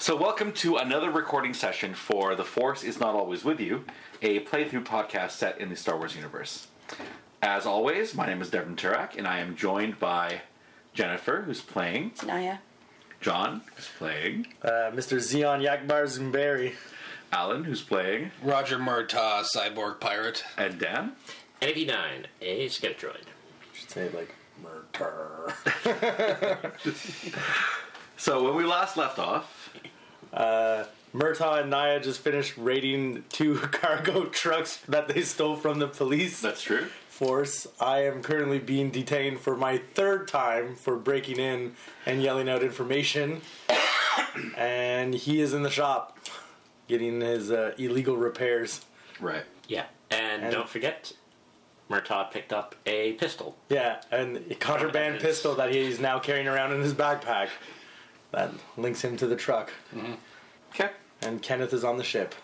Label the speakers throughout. Speaker 1: So, welcome to another recording session for The Force is Not Always With You, a playthrough podcast set in the Star Wars universe. As always, my name is Devin Turek, and I am joined by Jennifer, who's playing,
Speaker 2: Naya.
Speaker 1: John, who's playing,
Speaker 3: Uh, Mr. Zeon Yakbar Zumberi.
Speaker 1: Alan, who's playing,
Speaker 4: Roger Murtaugh, cyborg pirate.
Speaker 1: and Dan.
Speaker 5: 89, a Skeptroid.
Speaker 3: should say like murder.
Speaker 1: So, when we last left off,
Speaker 3: Murtaugh and Naya just finished raiding two cargo trucks that they stole from the police
Speaker 1: that's true.
Speaker 3: force. I am currently being detained for my third time for breaking in and yelling out information. and he is in the shop getting his uh, illegal repairs.
Speaker 1: Right.
Speaker 5: Yeah. And,
Speaker 3: And-
Speaker 5: don't forget, Murtaugh picked up a pistol.
Speaker 3: Yeah, and a contraband
Speaker 5: Yes.
Speaker 3: pistol that he's now carrying around in his backpack. That links him to the truck.
Speaker 1: Okay.
Speaker 3: And Kenneth is on the ship.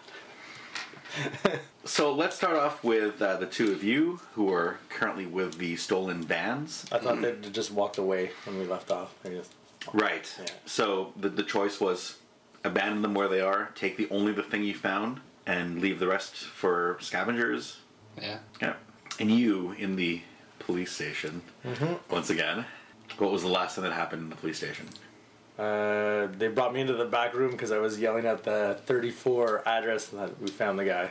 Speaker 1: So, let's start off with uh, the two of you who are currently with the stolen vans.
Speaker 3: I thought they just walked away when we left off. I guess.
Speaker 1: Right.
Speaker 3: Yeah.
Speaker 1: So the, the choice was abandon them where they are, take the only the thing you found, and leave the rest for scavengers.
Speaker 4: Yeah.
Speaker 1: Yeah. And you in the police station once again. What was the last thing that happened in the police station?
Speaker 3: Uh, they brought me into the back room because I was yelling at the 34 address and that we found the guy.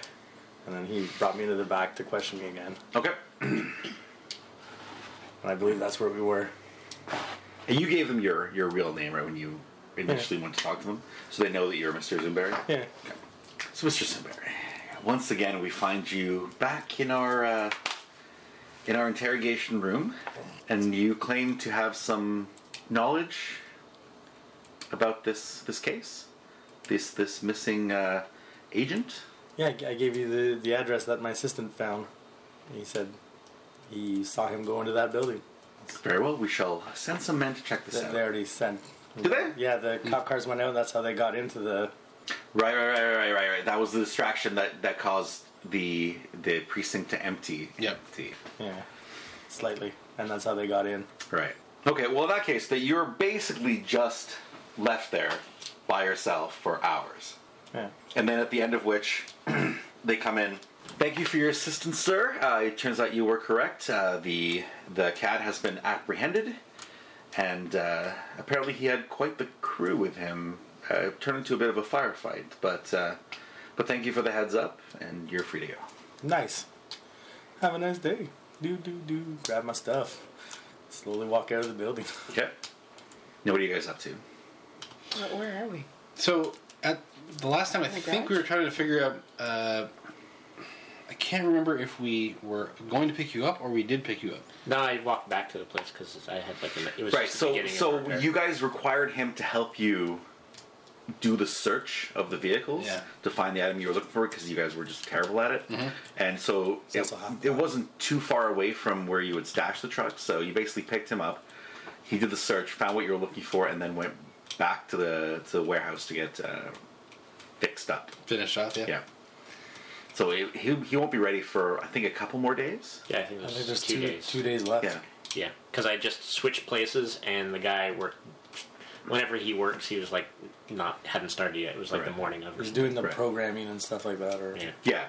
Speaker 3: And then he brought me into the back to question me again.
Speaker 1: Okay.
Speaker 3: And I believe that's where we were.
Speaker 1: And you gave them your your real name right when you initially went to talk to them, so they know that you're Mr. Zimberry.
Speaker 3: Yeah.
Speaker 1: So, Mr. Simberry, once again we find you back in our uh, in our interrogation room, and you claim to have some knowledge about this this case, this this missing uh, agent.
Speaker 3: Yeah, I- I gave you the, the address that my assistant found. And he said he saw him go into that building.
Speaker 1: Very well, we shall send some men to check this
Speaker 3: They,
Speaker 1: out.
Speaker 3: they already sent.
Speaker 1: Do they?
Speaker 3: Yeah, the cop cars went out and that's how they got into the.
Speaker 1: Right, right, right, right, right, right. That was the distraction that that caused the the precinct to empty.
Speaker 4: Yep.
Speaker 1: Empty.
Speaker 3: Yeah. Slightly. And that's how they got in.
Speaker 1: Right. Okay, well, in that case, that you're basically just left there by yourself for hours.
Speaker 3: Yeah.
Speaker 1: And then at the end of which, they come in. Thank you for your assistance, sir. Uh, it turns out you were correct. Uh, the the cat has been apprehended, and uh, apparently he had quite the crew with him. Uh, it turned into a bit of a firefight, but uh, but thank you for the heads up, and you're free to go.
Speaker 3: Nice. Have a nice day. Do do do. Grab my stuff. Slowly walk out of the building.
Speaker 1: Okay. Now, what are you guys up to?
Speaker 2: Where, where are we?
Speaker 4: So, at the last time, I
Speaker 2: the
Speaker 4: think
Speaker 2: garage?
Speaker 4: we were trying to figure out. Uh, I can't remember if we were going to pick you up or we did pick you up.
Speaker 5: No, I walked back to the place because I had like a. It was
Speaker 1: Right.
Speaker 5: just the
Speaker 1: So,
Speaker 5: beginning of
Speaker 1: so
Speaker 5: repair.
Speaker 1: you guys required him to help you do the search of the vehicles
Speaker 4: Yeah.
Speaker 1: to find the item you were looking for because you guys were just terrible at it.
Speaker 5: Mm-hmm.
Speaker 1: And so
Speaker 3: That's
Speaker 1: it,
Speaker 3: what happened.
Speaker 1: it wasn't too far away from where you would stash the truck. So you basically picked him up. He did the search, found what you were looking for, and then went back to the to the warehouse to get uh, fixed up.
Speaker 4: Finished off, yeah.
Speaker 1: Yeah. So it, he he won't be ready for I think a couple more days.
Speaker 5: Yeah, I think it
Speaker 3: I
Speaker 5: was
Speaker 3: think there's
Speaker 5: two,
Speaker 3: two,
Speaker 5: days.
Speaker 3: two days left.
Speaker 1: Yeah.
Speaker 5: Yeah, because I just switched places and the guy worked. Whenever he works, he was like not hadn't started yet. It was like
Speaker 1: Right.
Speaker 5: the morning of.
Speaker 3: He's doing the
Speaker 1: Right.
Speaker 3: programming and stuff like that. Or
Speaker 5: Yeah.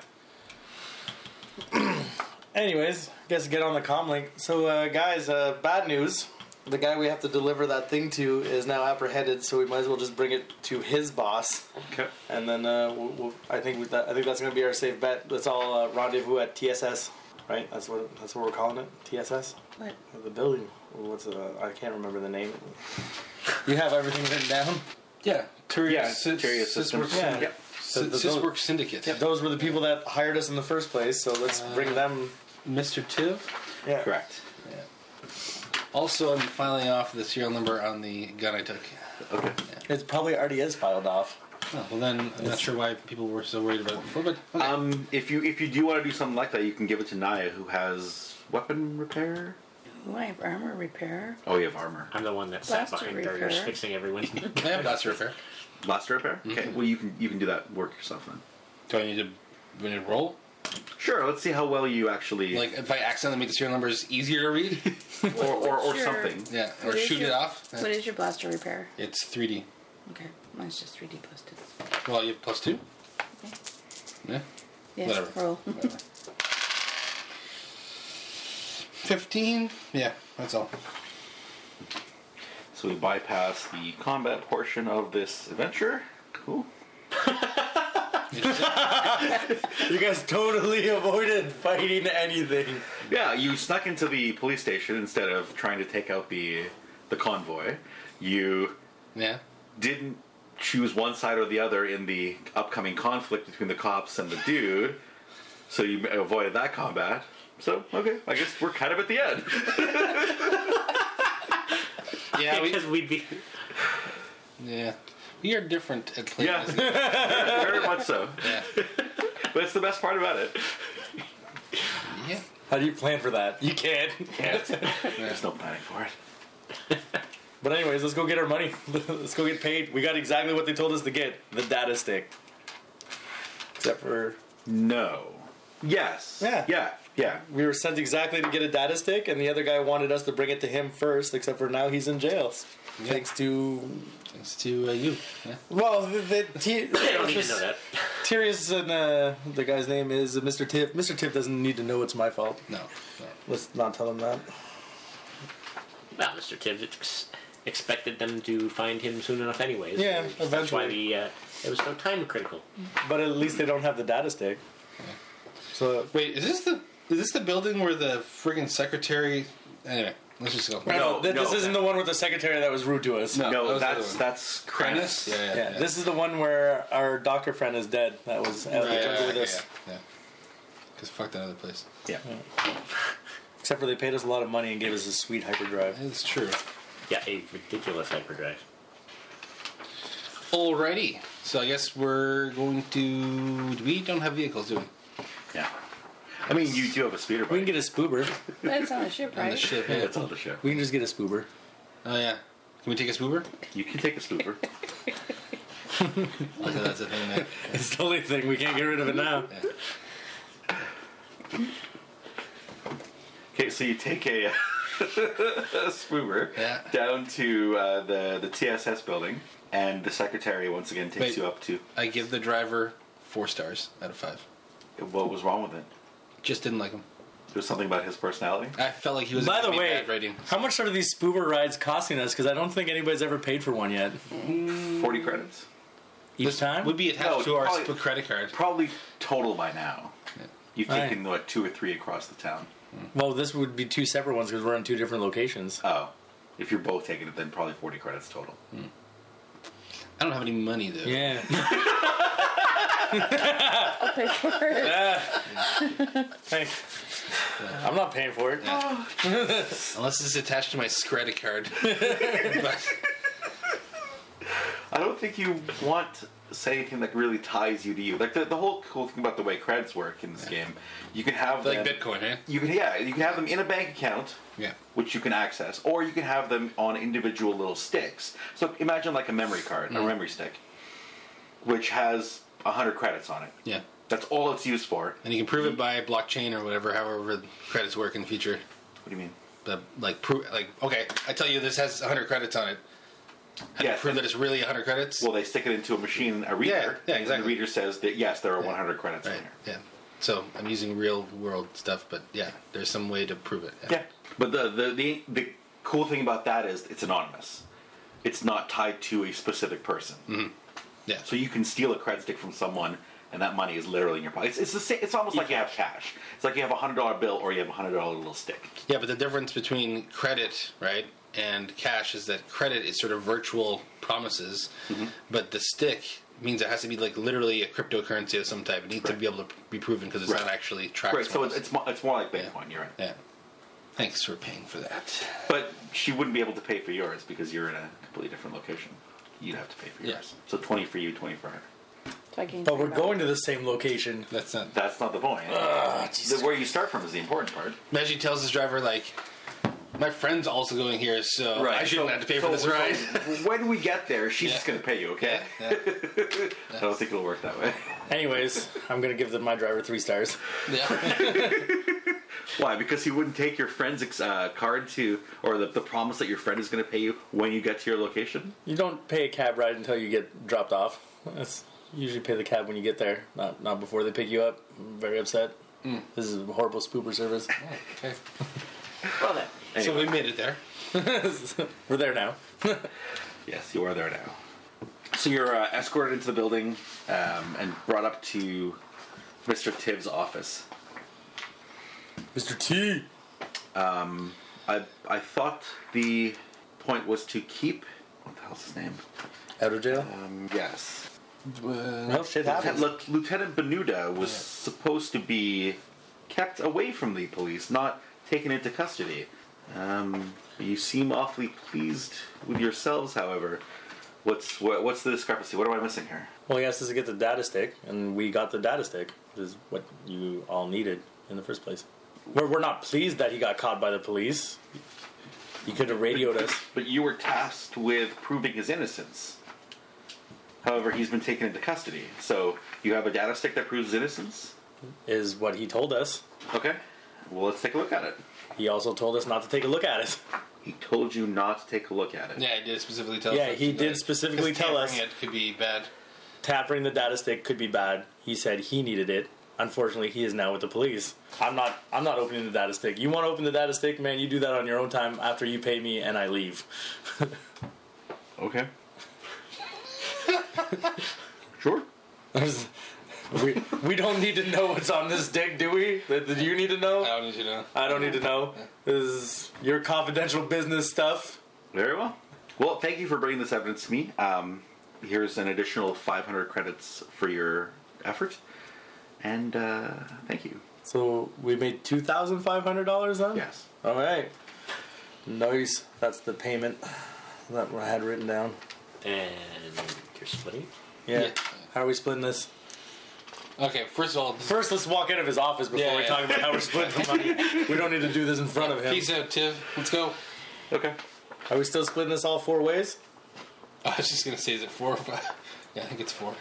Speaker 1: Yeah.
Speaker 3: anyways, guess get on the com link. So uh, guys, uh, bad news. The guy we have to deliver that thing to is now apprehended, so we might as well just bring it to his boss,
Speaker 1: Okay.
Speaker 3: and then uh, we'll, we'll, I think we, that, I think that's gonna be our safe bet. Let's all uh, rendezvous at TSS, right? That's what that's what we're calling it, TSS.
Speaker 2: What?
Speaker 3: The building. What's uh, I can't remember the name. You have everything written down.
Speaker 4: Yeah. Tyria,
Speaker 1: Yeah.
Speaker 4: Sys-
Speaker 1: Tyria systems.
Speaker 4: Sysworks-
Speaker 3: Yeah.
Speaker 1: Yep.
Speaker 3: So
Speaker 4: Sys-
Speaker 3: the-
Speaker 4: Sysworks Syndicate.
Speaker 3: Those were the people that hired us in the first place, so let's bring them.
Speaker 4: Mr. Tiv?
Speaker 3: Uh, Yeah.
Speaker 1: Correct.
Speaker 4: Also, I'm filing off the serial number on the gun I took.
Speaker 1: Okay.
Speaker 3: It probably already is filed off.
Speaker 4: Oh, well, then I'm not sure why people were so worried about it before, but okay.
Speaker 1: Um, if you if you do want to do something like that, you can give it to Naya, who has weapon repair.
Speaker 2: Ooh, I have armor repair.
Speaker 1: Oh, you have armor.
Speaker 5: I'm the one that sat
Speaker 2: Blaster
Speaker 5: behind barriers
Speaker 2: repair.
Speaker 5: fixing everyone.
Speaker 4: I have blaster repair.
Speaker 1: Blaster repair. Okay. Well, you can you can do that work yourself then.
Speaker 4: Do I need to, do I need to roll?
Speaker 1: Sure. Let's see how well you actually
Speaker 4: Like, if I accidentally make the serial numbers easier to read?
Speaker 1: or or, or
Speaker 2: Sure.
Speaker 1: something.
Speaker 4: yeah, or
Speaker 2: What is
Speaker 4: shoot
Speaker 2: your-
Speaker 4: it off?
Speaker 2: What is your blaster repair?
Speaker 4: It's 3D.
Speaker 2: Okay, mine's just 3D plus 2.
Speaker 4: Well, you have plus two?
Speaker 2: Okay.
Speaker 4: Yeah.
Speaker 2: Yes,
Speaker 4: Whatever.
Speaker 2: roll.
Speaker 4: 15? Yeah, that's all.
Speaker 1: So we bypass the combat portion of this adventure. Cool.
Speaker 3: You guys totally avoided fighting anything.
Speaker 1: Yeah, you snuck into the police station instead of trying to take out the the convoy. You
Speaker 4: Yeah.
Speaker 1: didn't choose one side or the other in the upcoming conflict between the cops and the dude, so you avoided that combat. So okay, I guess we're kind of at the end.
Speaker 4: Yeah, we,
Speaker 5: because we'd be
Speaker 4: yeah. we are different at playing
Speaker 1: Yeah,
Speaker 4: this game.
Speaker 1: very much so.
Speaker 4: Yeah.
Speaker 1: But it's the best part about it.
Speaker 4: yeah.
Speaker 3: How do you plan for that? You can't.
Speaker 1: There's no planning for it.
Speaker 3: But anyways, let's go get our money. let's go get paid. We got exactly what they told us to get. The data stick. Except for
Speaker 1: No. Yes.
Speaker 3: Yeah.
Speaker 1: Yeah. Yeah.
Speaker 3: we were sent exactly to get a data stick, and the other guy wanted us to bring it to him first. Except for now he's in jail, thanks to
Speaker 4: Thanks to uh, you. Yeah.
Speaker 3: well, the, the T-
Speaker 5: I don't need to know that.
Speaker 3: Tyrion's and uh, the guy's name is Mr. Tiff. Mr. Tiff doesn't need to know it's my fault.
Speaker 4: No. no.
Speaker 3: Let's not tell him that.
Speaker 5: Well, Mr. Tibbs ex- expected them to find him soon enough, anyways.
Speaker 3: Yeah,
Speaker 5: That's why
Speaker 3: eventually.
Speaker 5: the uh, it was so time critical.
Speaker 3: But at least they don't have the data stick. So
Speaker 4: Wait, is this the is this the building where the friggin' secretary? Anyway, let's just go.
Speaker 1: No,
Speaker 3: Th- this
Speaker 1: no.
Speaker 3: isn't the one with the secretary that was rude to us.
Speaker 4: No,
Speaker 1: No,
Speaker 4: that was the
Speaker 1: that's
Speaker 4: other one.
Speaker 1: that's Kranus.
Speaker 4: Kranus? Yeah, yeah,
Speaker 3: Yeah, this is the one where our doctor friend is dead. That was out
Speaker 4: yeah, yeah, yeah,
Speaker 3: with us.
Speaker 4: yeah, yeah. Cause fuck that other place.
Speaker 1: Yeah.
Speaker 3: Except for they paid us a lot of money and gave us a sweet hyperdrive.
Speaker 4: It's true.
Speaker 5: Yeah, a ridiculous hyperdrive.
Speaker 4: Alrighty. So I guess we're going to. We don't have vehicles, do we?
Speaker 1: Yeah. I mean, you do have a speeder bike.
Speaker 3: We can get a spoober.
Speaker 2: That's on the ship, right?
Speaker 4: On the ship.
Speaker 1: yeah,
Speaker 4: Yeah.
Speaker 1: it's on the ship.
Speaker 3: We can just get a spoober.
Speaker 4: Oh yeah. Can we take a spoober?
Speaker 1: You can take a spooper.
Speaker 4: Okay, Oh, that's a thing. That,
Speaker 3: It's the only thing we can't get rid of it now.
Speaker 4: yeah.
Speaker 1: Okay, so you take a, a spoober
Speaker 4: Yeah.
Speaker 1: down to uh, the the TSS building, and the secretary once again takes
Speaker 4: Wait.
Speaker 1: you up to
Speaker 4: I give the driver four stars out of five.
Speaker 1: what was wrong with it.
Speaker 4: Just didn't like him.
Speaker 1: There was something about his personality.
Speaker 4: I felt like he was.
Speaker 3: By
Speaker 4: giving
Speaker 3: the
Speaker 4: me
Speaker 3: way,
Speaker 4: bad rating.
Speaker 3: how much are these spoober rides costing us? Because I don't think anybody's ever paid for one yet.
Speaker 1: Forty credits,
Speaker 3: Each time?
Speaker 4: would be attached
Speaker 1: No,
Speaker 4: to our
Speaker 1: probably-
Speaker 4: sp- credit card.
Speaker 1: probably total by now. You've
Speaker 3: Right.
Speaker 1: taken what two or three across the town.
Speaker 3: well, this would be two separate ones because we're in two different locations.
Speaker 1: Oh, if you're both taking it, then probably forty credits total.
Speaker 4: Mm. I don't have any money though.
Speaker 3: Yeah.
Speaker 2: I'll pay for it.
Speaker 3: hey. I'm not paying for it.
Speaker 4: Unless it's attached to my credit card. But-
Speaker 1: I don't think you want to say anything that really ties you to you. Like the, the whole cool thing about the way credits work in this game, you can have
Speaker 4: like
Speaker 1: them,
Speaker 4: Bitcoin, eh?
Speaker 1: You can yeah, you can have them in a bank account.
Speaker 4: Yeah.
Speaker 1: which you can access, or you can have them on individual little sticks. So imagine like a memory card,
Speaker 4: Mm.
Speaker 1: a memory stick, which has 100 credits on it.
Speaker 4: Yeah.
Speaker 1: That's all it's used for.
Speaker 4: And you can prove it by blockchain or whatever, however the credits work in the future.
Speaker 1: What do you mean?
Speaker 4: But like prove like okay, I tell you this has 100 credits on it. How do you
Speaker 1: Yes.
Speaker 4: prove that it's really 100 credits?
Speaker 1: Well, they stick it into a machine, a reader.
Speaker 4: Yeah, yeah,
Speaker 1: And the
Speaker 4: exactly.
Speaker 1: reader says that yes, there are 100 credits
Speaker 4: right.
Speaker 1: in here.
Speaker 4: Yeah. So I'm using real world stuff, but yeah, there's some way to prove it.
Speaker 1: Yeah, but the the the, the cool thing about that is it's anonymous. It's not tied to a specific person.
Speaker 4: Yeah.
Speaker 1: So you can steal a credit stick from someone, and that money is literally in your pocket. It's, it's the same, It's almost like you have cash. It's like you have a hundred dollar bill or you have a hundred dollar little stick.
Speaker 4: Yeah, but the difference between credit, right, and cash is that credit is sort of virtual promises,
Speaker 1: Mm-hmm.
Speaker 4: but the stick means it has to be like literally a cryptocurrency of some type. It needs to be able to be proven because it's
Speaker 1: Right.
Speaker 4: not actually tracked.
Speaker 1: Right. So
Speaker 4: somewhere
Speaker 1: it's it's more, it's more like
Speaker 4: Yeah.
Speaker 1: Bitcoin. You're right.
Speaker 4: else. yeah. Thanks for paying for that.
Speaker 1: But she wouldn't be able to pay for yours because you're in a completely different location. You'd have to pay for
Speaker 4: Yeah.
Speaker 1: yours. So 20 for you, 20 for her.
Speaker 2: So I gained
Speaker 3: But
Speaker 2: three
Speaker 3: we're
Speaker 2: bucks.
Speaker 3: going to the same location.
Speaker 4: That's not.
Speaker 1: That's not the point. Ah, The- where you start from is the important part.
Speaker 4: Meji tells his driver like, "My friend's also going here, so I shouldn't
Speaker 1: So-
Speaker 4: have to pay
Speaker 1: so-
Speaker 4: for this ride."
Speaker 1: so when we get there, she's
Speaker 4: Yeah.
Speaker 1: just going to pay you, okay?
Speaker 4: yeah,
Speaker 1: I don't think it'll work that way.
Speaker 3: Anyways, I'm gonna give the, my driver three stars.
Speaker 4: yeah.
Speaker 1: Why? Because he wouldn't take your friend's ex- uh, card to, or the, the promise that your friend is going to pay you when you get to your location?
Speaker 3: You don't pay a cab ride until you get dropped off. That's, you usually pay the cab when you get there, not not before they pick you up. I'm very upset. This is horrible spooper service.
Speaker 4: okay.
Speaker 2: Well, then.
Speaker 4: So we made it there.
Speaker 3: We're there now.
Speaker 1: Yes, you are there now. So you're uh, escorted into the building um, and brought up to Mr. Tibbs' office.
Speaker 3: Mr. T.
Speaker 1: I I thought the point was to keep. What the hell's his name?
Speaker 3: Out of jail?
Speaker 1: Um, yes.
Speaker 3: Well, shit
Speaker 1: Lieutenant,
Speaker 3: happens.
Speaker 1: Lieu- Lieutenant Benuda was supposed to be kept away from the police, not taken into custody. Um, you seem awfully pleased with yourselves, however. What's wha- what's the discrepancy? What am I missing here?
Speaker 3: Well, he asked us to get the data stick, and we got the data stick, which is what you all needed in the first place. We're, we're not pleased that he got caught by the police. He could have radioed us.
Speaker 1: But you were tasked with proving his innocence. However, he's been taken into custody. So you have a data stick that proves his innocence.
Speaker 3: is what he told us.
Speaker 1: Okay. Well, let's take a look at it.
Speaker 3: He also told us not to take a look at it.
Speaker 1: He told you not to take a look at it.
Speaker 4: Yeah, he did specifically tell.
Speaker 3: Yeah,
Speaker 4: us
Speaker 3: he
Speaker 4: that-
Speaker 3: did specifically
Speaker 4: 'cause
Speaker 3: tell us.
Speaker 4: tampering it could be bad.
Speaker 3: Tappering the data stick could be bad. He said he needed it. Unfortunately, he is now with the police. I'm not. I'm not opening the data stick. You want to open the data stick, man? You do that on your own time after you pay me and I leave.
Speaker 1: Okay. sure.
Speaker 3: we, we don't need to know what's on this stick, do we? Th- Do you need to
Speaker 4: I
Speaker 3: know?
Speaker 4: don't need you to know.
Speaker 3: I don't need to know. This is your confidential business stuff.
Speaker 1: Very well. Well, thank you for bringing this evidence to me. Um, here's an additional 500 credits for your effort. And uh, thank you.
Speaker 3: So we made two thousand five hundred dollars then.
Speaker 1: Yes.
Speaker 3: All right. Nice. That's the payment that I had written down.
Speaker 5: And you're splitting.
Speaker 3: Yeah.
Speaker 4: Yeah.
Speaker 3: How are we splitting this?
Speaker 4: Okay, first of all, this
Speaker 3: First, let's walk out of his office before
Speaker 4: Yeah,
Speaker 3: we
Speaker 4: yeah.
Speaker 3: talk about how we're splitting the money. We don't need to do this in front of him.
Speaker 4: peace out, Tiv. Let's go.
Speaker 1: Okay.
Speaker 3: Are we still splitting this all four ways?
Speaker 4: I was just gonna say, is it four or five? Yeah, I think it's four.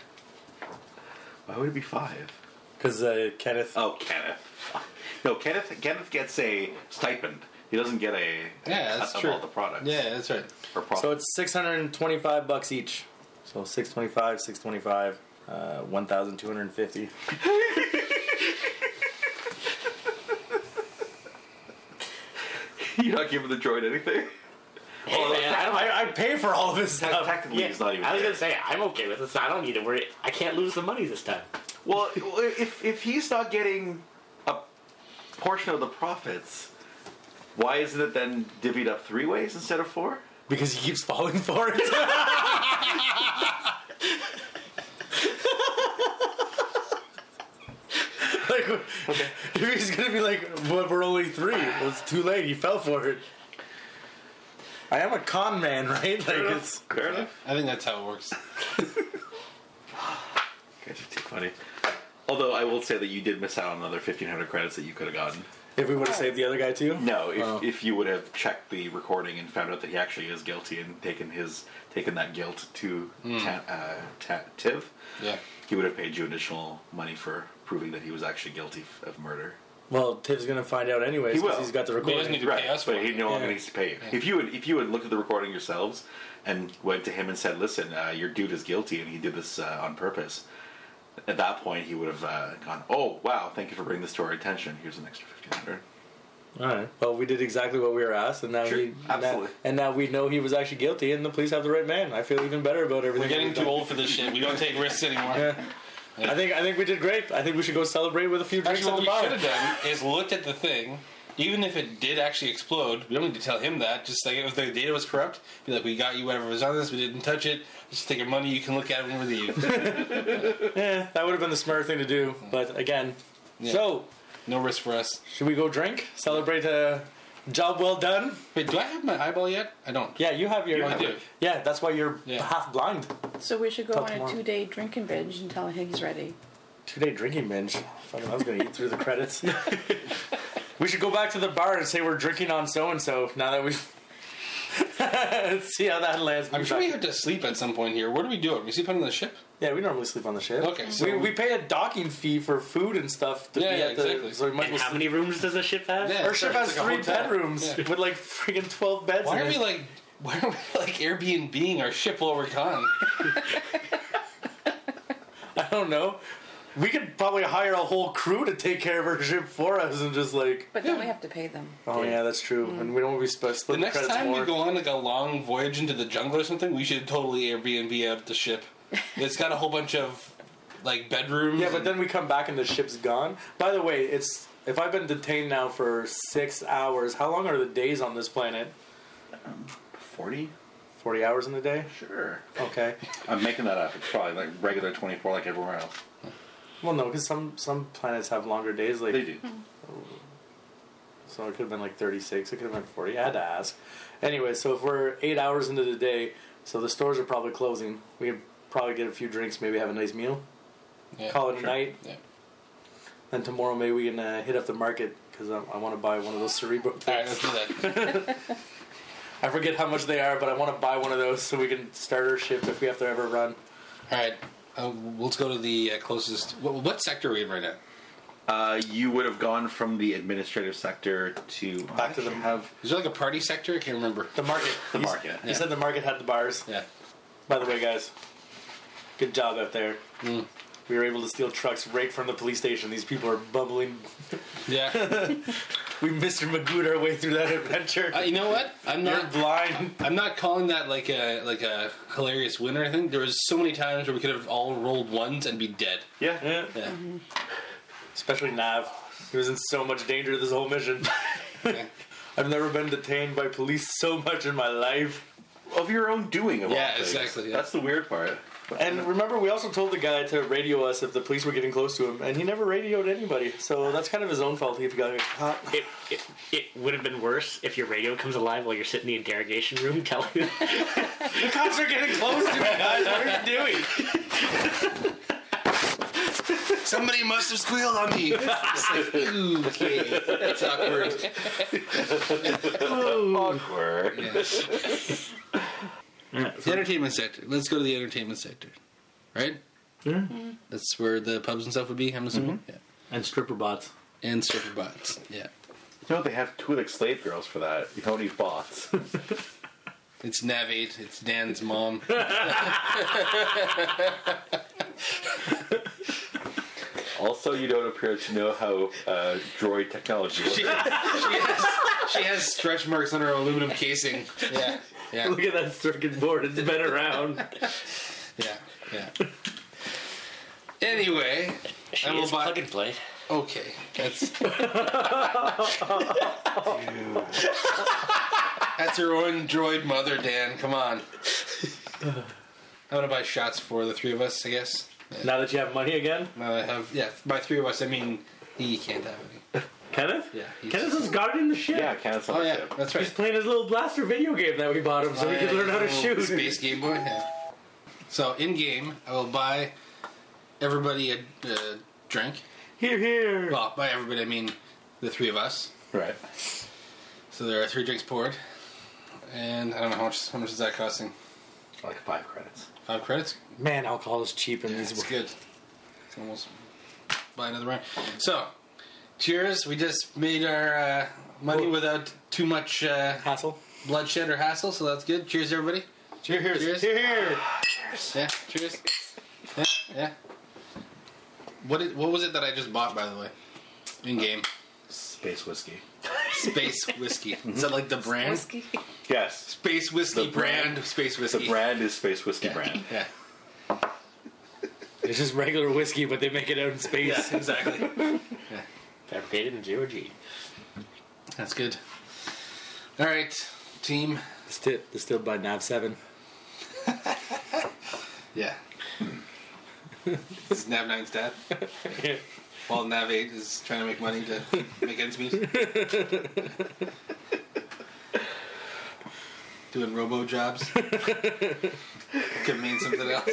Speaker 1: Why would it be five?
Speaker 3: Because uh, Kenneth.
Speaker 1: Oh, Kenneth. No, Kenneth. Kenneth gets a stipend. He doesn't get a, a
Speaker 4: Yeah,
Speaker 1: cut
Speaker 4: that's
Speaker 1: of
Speaker 4: true.
Speaker 1: all the products.
Speaker 4: Yeah, that's right.
Speaker 1: Or profit.
Speaker 3: So it's six hundred and twenty-five bucks each. So six twenty-five, six twenty-five, uh, one thousand two hundred and fifty.
Speaker 1: you're not giving the droid anything.
Speaker 5: Hey, man, I don't.
Speaker 3: I, I pay for all of his stuff.
Speaker 1: Technically, he's not even.
Speaker 5: I was
Speaker 1: there.
Speaker 5: gonna say I'm okay with this. I don't need to worry. I can't lose the money this time.
Speaker 1: Well, if if he's not getting a portion of the profits, why isn't it then divvied up three ways instead of four?
Speaker 3: Because he keeps falling for it. like, if he's gonna be like, well, we're only three, well, it's too late. He fell for it. I am a con man, right? Like, it's
Speaker 1: Fair
Speaker 4: Yeah,
Speaker 1: enough.
Speaker 4: I think that's how it works.
Speaker 1: You guys are too funny. Although I will say that you did miss out on another fifteen hundred credits that you could have gotten.
Speaker 3: if we would have saved the other guy too.
Speaker 1: No, if,
Speaker 3: Oh.
Speaker 1: if you would have checked the recording and found out that he actually is guilty and taken his taken that guilt to Ta- uh, Ta- Tiv,
Speaker 4: Yeah.
Speaker 1: he would have paid you additional money for proving that he was actually guilty f- of murder.
Speaker 3: Well, Tiv's gonna find out anyways.
Speaker 1: He
Speaker 3: 'cause
Speaker 1: will.
Speaker 3: He's got the
Speaker 4: But he doesn't
Speaker 3: recording.
Speaker 4: need to pay us for
Speaker 1: but he
Speaker 4: it.
Speaker 1: no longer
Speaker 3: Yeah.
Speaker 1: needs to pay you. If you had, if you had looked at the recording yourselves and went to him and said, "Listen, uh, your dude is guilty and he did this uh, on purpose," at that point he would have uh, gone, "Oh wow, thank you for bringing this to our attention. Here's an extra fifteen hundred.
Speaker 3: All right. Well, we did exactly what we were asked, and now
Speaker 1: Sure.
Speaker 3: he
Speaker 1: Absolutely.
Speaker 3: now- and now we know he was actually guilty, and the police have the right man. I feel even better about everything.
Speaker 4: We're getting
Speaker 3: we've
Speaker 4: too
Speaker 3: done.
Speaker 4: old for this shit. We don't take risks anymore.
Speaker 3: Yeah. I think I think we did great. I think we should go celebrate with a few drinks
Speaker 4: Actually, what we
Speaker 3: at
Speaker 4: should
Speaker 3: the
Speaker 4: have
Speaker 3: bar.
Speaker 4: done is looked at the thing. Even if it did actually explode, we don't need to tell him that. Just like if the data was corrupt, be like, "We got you whatever was on this. We didn't touch it. Just take your money. You can look at it when we leave.
Speaker 3: Yeah, that would have been the smart thing to do. But again, so
Speaker 4: No risk for us."
Speaker 3: should we go drink? Celebrate uh, Job well done.
Speaker 4: Wait, do I have my eyeball yet? I don't.
Speaker 3: Yeah, you have your.
Speaker 4: Yeah, I do.
Speaker 3: Yeah, that's why you're
Speaker 4: Yeah.
Speaker 3: half blind.
Speaker 2: So we should go
Speaker 3: Talk
Speaker 2: on a
Speaker 3: tomorrow.
Speaker 2: two-day drinking binge and tell him he's ready.
Speaker 3: Two-day drinking binge. Fucking, I was gonna eat through the credits. we should go back to the bar and say we're drinking on so and so. Now that we've. See how that lands.
Speaker 4: I'm
Speaker 3: me
Speaker 4: sure
Speaker 3: back.
Speaker 4: we have to sleep at some point here. Where do we do it? We sleep on the ship?
Speaker 3: Yeah, we normally sleep on the ship.
Speaker 4: Okay, so-
Speaker 3: we, we pay a docking fee for food and stuff. To
Speaker 4: Yeah,
Speaker 3: be
Speaker 4: yeah,
Speaker 3: at the,
Speaker 4: exactly.
Speaker 3: So we might as
Speaker 5: And
Speaker 3: well
Speaker 5: how
Speaker 3: sleep.
Speaker 5: many rooms does the ship have?
Speaker 4: Yeah.
Speaker 3: Our ship
Speaker 4: It's
Speaker 3: has
Speaker 4: like a
Speaker 3: three
Speaker 4: hotel.
Speaker 3: bedrooms
Speaker 4: Yeah.
Speaker 3: with like freaking twelve beds.
Speaker 4: Why
Speaker 3: in
Speaker 4: are we
Speaker 3: it.
Speaker 4: like why are we like Airbnb-ing our ship while we're gone?
Speaker 3: I don't know. We could probably hire a whole crew to take care of our ship for us and just like.
Speaker 2: But then we have to pay them.
Speaker 3: Oh yeah, that's true. And we don't want to be sp-
Speaker 4: The
Speaker 3: split the
Speaker 4: next
Speaker 3: credits
Speaker 4: time
Speaker 3: more.
Speaker 4: we go on like a long voyage into the jungle or something, we should totally Airbnb out the ship. It's got a whole bunch of like bedrooms.
Speaker 3: yeah, but
Speaker 4: and-
Speaker 3: then we come back and the ship's gone. By the way, it's if I've been detained now for six hours. How long are the days on this planet?
Speaker 1: 40?
Speaker 3: Forty hours in a day.
Speaker 1: Sure.
Speaker 3: Okay.
Speaker 1: I'm making that up. It's probably like regular 24 like everywhere else.
Speaker 3: Well, no, because some some planets have longer days. Like
Speaker 1: They do.
Speaker 3: So it could have been like 36, it could have been 40. I had to ask. Anyway, so if we're eight hours into the day, so the stores are probably closing. We could probably get a few drinks, maybe have a nice meal,
Speaker 4: yeah,
Speaker 3: call it
Speaker 4: sure.
Speaker 3: a night.
Speaker 4: Yeah.
Speaker 3: Then tomorrow, maybe we can uh, hit up the market because I, I want to buy one of those Cerebro
Speaker 4: All right,
Speaker 3: packs.
Speaker 4: let's do that.
Speaker 3: I forget how much they are, but I want to buy one of those so we can start our shift if we have to ever run.
Speaker 4: All right, um, let's go to the uh, closest. What, what sector are we in right now?
Speaker 1: Uh, you would have gone from the administrative sector to
Speaker 3: Back to the-
Speaker 1: I have
Speaker 4: Is there like a party sector? I can't remember.
Speaker 3: The market.
Speaker 1: the
Speaker 3: You s-
Speaker 1: market.
Speaker 3: You said the market had the bars.
Speaker 4: Yeah.
Speaker 3: By the way, guys, good job out there.
Speaker 1: Mm.
Speaker 3: We were able to steal trucks right from the police station. These people are bumbling
Speaker 4: Yeah.
Speaker 3: We Mr. Magooed our way through that adventure.
Speaker 4: uh, you know what? I'm
Speaker 3: You're
Speaker 4: not.
Speaker 3: blind.
Speaker 4: I'm not calling that like a like a hilarious win or anything. There was so many times where we could have all rolled ones and be dead.
Speaker 1: Yeah.
Speaker 3: Yeah.
Speaker 4: Yeah.
Speaker 3: Especially Nav. He was in so much danger this whole mission. I've never been detained by police so much in my life.
Speaker 1: Of your own doing, of
Speaker 4: Yeah,
Speaker 1: all things.
Speaker 4: exactly, yeah.
Speaker 1: That's the weird part.
Speaker 3: And remember, we also told the guy to radio us if the police were getting close to him, and he never radioed anybody. So that's kind of his own fault if he got caught.
Speaker 5: It, it, it would have been worse if your radio comes alive while you're sitting in the interrogation room telling them.
Speaker 3: The cops are getting close to me, guys. What are you doing?
Speaker 4: Somebody must have squealed on me. It's like, ooh, okay, it's awkward.
Speaker 1: Awkward.
Speaker 4: The entertainment sector. Let's go to the entertainment sector, right? Yeah. That's where the pubs and stuff would be. I'm assuming. Yeah.
Speaker 5: And stripper bots.
Speaker 4: And stripper bots. Yeah.
Speaker 1: No, they have Twi'lek slave girls for that. You don't need bots.
Speaker 4: It's Navate. It's Dan's mom.
Speaker 1: also, you don't appear to know how uh, droid technology works.
Speaker 4: she, has, she has stretch marks on her aluminum casing. Yeah, yeah,
Speaker 5: Look at that circuit board. It's been around.
Speaker 4: yeah, yeah. Anyway,
Speaker 5: She
Speaker 4: I will
Speaker 5: is
Speaker 4: buy-
Speaker 5: plug and play.
Speaker 4: okay, that's that's her own droid mother, Dan. Come on. I'm gonna buy shots for the three of us, I guess.
Speaker 3: Now that you have money again,
Speaker 4: Now I have, yeah, by three of us, I mean he can't have any.
Speaker 3: Kenneth?
Speaker 4: Yeah, he's-
Speaker 3: Kenneth has got it in the ship.
Speaker 1: Yeah, Canada's on
Speaker 4: Oh
Speaker 1: the
Speaker 4: yeah,
Speaker 1: ship.
Speaker 4: that's right.
Speaker 3: He's playing his little blaster video game that we bought him so he could learn how to
Speaker 4: Oh,
Speaker 3: shoot.
Speaker 4: Space Game Boy. Yeah. So in game, I will buy everybody a, a drink.
Speaker 3: Here, here.
Speaker 4: Well, by everybody I mean the three of us.
Speaker 1: Right.
Speaker 4: So there are three drinks poured, and I don't know how much. How much is that costing?
Speaker 1: Like five credits.
Speaker 4: Five credits.
Speaker 3: Man, alcohol is cheap in these.
Speaker 4: It's good. It's almost buy another round. So, cheers. We just made our uh, money without too much uh,
Speaker 3: Hassle.
Speaker 4: bloodshed or hassle, so that's good. Cheers, everybody.
Speaker 3: Cheers.
Speaker 4: Cheers.
Speaker 3: Cheers.
Speaker 4: Yeah, cheers. Yeah, yeah. What did, what was it that I just bought by the way? In game.
Speaker 1: Space whiskey.
Speaker 4: Space whiskey. Is that like the brand?
Speaker 2: Whiskey.
Speaker 1: Yes.
Speaker 4: Space whiskey
Speaker 1: The
Speaker 4: brand,
Speaker 1: brand.
Speaker 4: space
Speaker 1: The
Speaker 4: whiskey.
Speaker 1: brand is Space Whiskey
Speaker 4: Yeah.
Speaker 1: brand.
Speaker 4: Yeah.
Speaker 3: It's just regular whiskey, but they make it out in space.
Speaker 4: Yeah, exactly.
Speaker 5: Fabricated in GOG.
Speaker 4: That's good. All right, team.
Speaker 3: Still, distilled by Nav Seven.
Speaker 4: Yeah. this is Nav 9's dad. While Nav 8 is trying to make money to make ends meet. doing robo jobs. Could mean something else.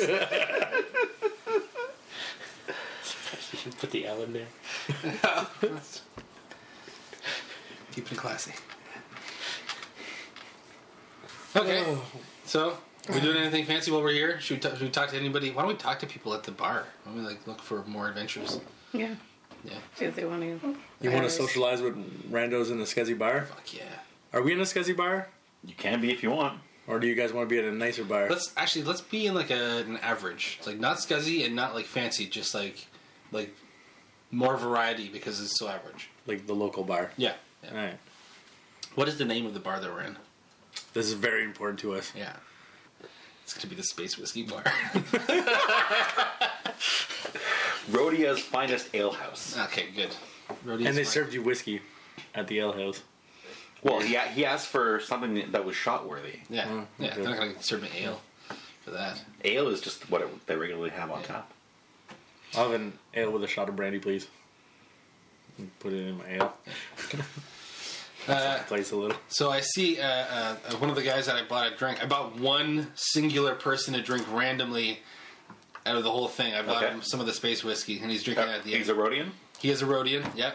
Speaker 5: You should put the L in there.
Speaker 4: Keep it classy. Okay. So, are we doing anything fancy while we're here? Should we, ta- should we talk to anybody? Why don't we talk to people at the bar? Why don't we like look for more adventures?
Speaker 2: Yeah.
Speaker 4: Yeah.
Speaker 2: See if they want to.
Speaker 3: You want to socialize with randos in a scuzzy bar?
Speaker 4: Fuck yeah.
Speaker 3: Are we in a scuzzy bar?
Speaker 1: You can be if you want.
Speaker 3: Or do you guys want to be at a nicer bar?
Speaker 4: Let's actually let's be in like a, an average. It's like not scuzzy and not like fancy. Just like like more variety because it's so average.
Speaker 3: like the local bar.
Speaker 4: Yeah. yeah.
Speaker 3: Alright.
Speaker 4: What is the name of the bar that we're in?
Speaker 3: This is very important to us.
Speaker 4: Yeah. It's gonna be the space whiskey bar.
Speaker 1: Rhodia's finest ale house.
Speaker 4: okay, good.
Speaker 3: and they served you whiskey at the ale house.
Speaker 1: Well, he, he asked for something that was shot worthy.
Speaker 4: Yeah,
Speaker 3: Oh,
Speaker 4: yeah.
Speaker 3: okay.
Speaker 4: They're not gonna serve me ale for that.
Speaker 1: Ale is just what it, they regularly have on
Speaker 4: Yeah.
Speaker 1: top.
Speaker 3: I'll have an ale with a shot of brandy, please. And Put it in my ale.
Speaker 4: Uh,
Speaker 3: Place a little.
Speaker 4: so I see uh, uh, uh, one of the guys that I bought a drink. I bought one singular person a drink randomly out of the whole thing. I bought
Speaker 1: Okay.
Speaker 4: him some of the space whiskey, and he's drinking it at the end.
Speaker 1: Uh, He's a Rhodian.
Speaker 4: He is a Rhodian. Yeah,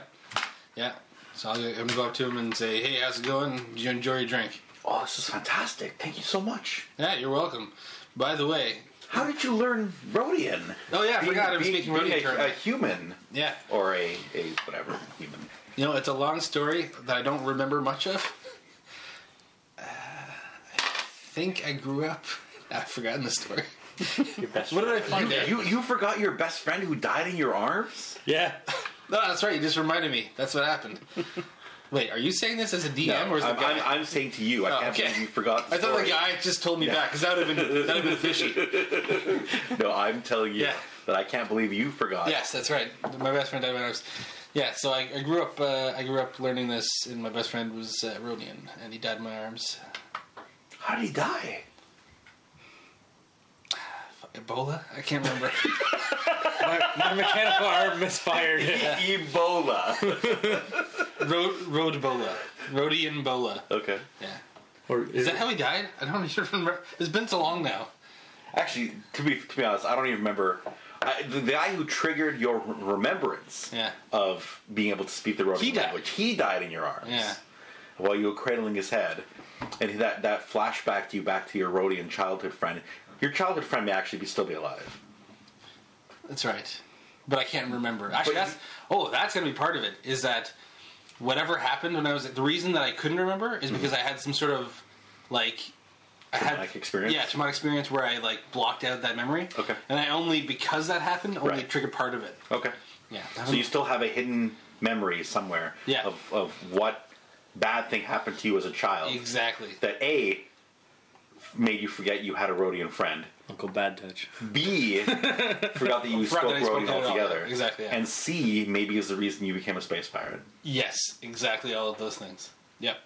Speaker 4: yeah. So I'll, go- I'm gonna go up to him and say, "Hey, how's it going? Did you enjoy your drink?"
Speaker 1: Oh, this is fantastic! Thank you so much.
Speaker 4: Yeah, you're welcome. By the way,
Speaker 1: How did you learn Rhodian?
Speaker 4: oh yeah, I forgot I'm
Speaker 1: being-
Speaker 4: speaking
Speaker 1: being
Speaker 4: Rhodian.
Speaker 1: a, a
Speaker 4: currently.
Speaker 1: human
Speaker 4: Yeah,
Speaker 1: or a, a whatever human.
Speaker 4: you know it's a long story that I don't remember much of. Uh, I think I grew up. I've forgotten the story.
Speaker 5: Your best.
Speaker 4: What did I
Speaker 5: friend.
Speaker 4: find out?
Speaker 1: You you forgot your best friend who died in your arms?
Speaker 3: Yeah.
Speaker 4: No, that's right. You just reminded me. That's what happened. Wait, are you saying this as a DM or as the
Speaker 1: I'm,
Speaker 4: guy?
Speaker 1: I'm, I'm saying to you, I
Speaker 4: Oh,
Speaker 1: can't
Speaker 4: okay.
Speaker 1: believe you forgot. The
Speaker 4: I thought
Speaker 1: story.
Speaker 4: the guy just told me back because that would have been that would have been fishy.
Speaker 1: No, I'm telling you
Speaker 4: Yeah.
Speaker 1: that I can't believe you forgot.
Speaker 4: Yes, that's right. My best friend died when I was. Yeah, so I, I grew up. Uh, I grew up learning this, and my best friend was uh, Rodian, and he died in my arms.
Speaker 1: How did he die?
Speaker 4: Ebola? I can't remember.
Speaker 3: My, my mechanical arm misfired.
Speaker 1: Ebola.
Speaker 4: Road Road Ebola, Rodian Bola.
Speaker 1: okay.
Speaker 4: Yeah,
Speaker 3: Or
Speaker 4: is that how he died? I don't even remember. It's been so long now.
Speaker 1: Actually, to be to be honest, I don't even remember. I, the guy who triggered your remembrance
Speaker 4: Yeah.
Speaker 1: of being able to speak the Rodian
Speaker 4: He died.
Speaker 1: language, he died in your arms.
Speaker 4: Yeah.
Speaker 1: While you were cradling his head, and that that flashbacked you back to your Rodian childhood friend. Your childhood friend may actually be still be alive.
Speaker 4: That's right. But I can't remember. Actually,
Speaker 1: But you-
Speaker 4: that's oh, that's gonna be part of it. Is that whatever happened when I was the reason that I couldn't remember is because I had some sort of like I had
Speaker 1: Mm-hmm. Traumatic experience?
Speaker 4: Yeah, traumatic experience where I like blocked out that memory.
Speaker 1: Okay.
Speaker 4: And I only because that happened only
Speaker 1: Right.
Speaker 4: triggered part of it.
Speaker 1: Okay.
Speaker 4: Yeah.
Speaker 1: So you still have a hidden memory somewhere
Speaker 4: Yeah.
Speaker 1: of, of what bad thing happened to you as a child
Speaker 4: exactly.
Speaker 1: that A made you forget you had a Rodian friend.
Speaker 3: Uncle Bad Touch.
Speaker 1: B forgot that you
Speaker 4: Forgot
Speaker 1: spoke
Speaker 4: that I spoke
Speaker 1: Rodian
Speaker 4: it all.
Speaker 1: altogether.
Speaker 4: Exactly, yeah.
Speaker 1: And C maybe is the reason you became a space pirate.
Speaker 4: Yes, exactly. All of those things. Yep.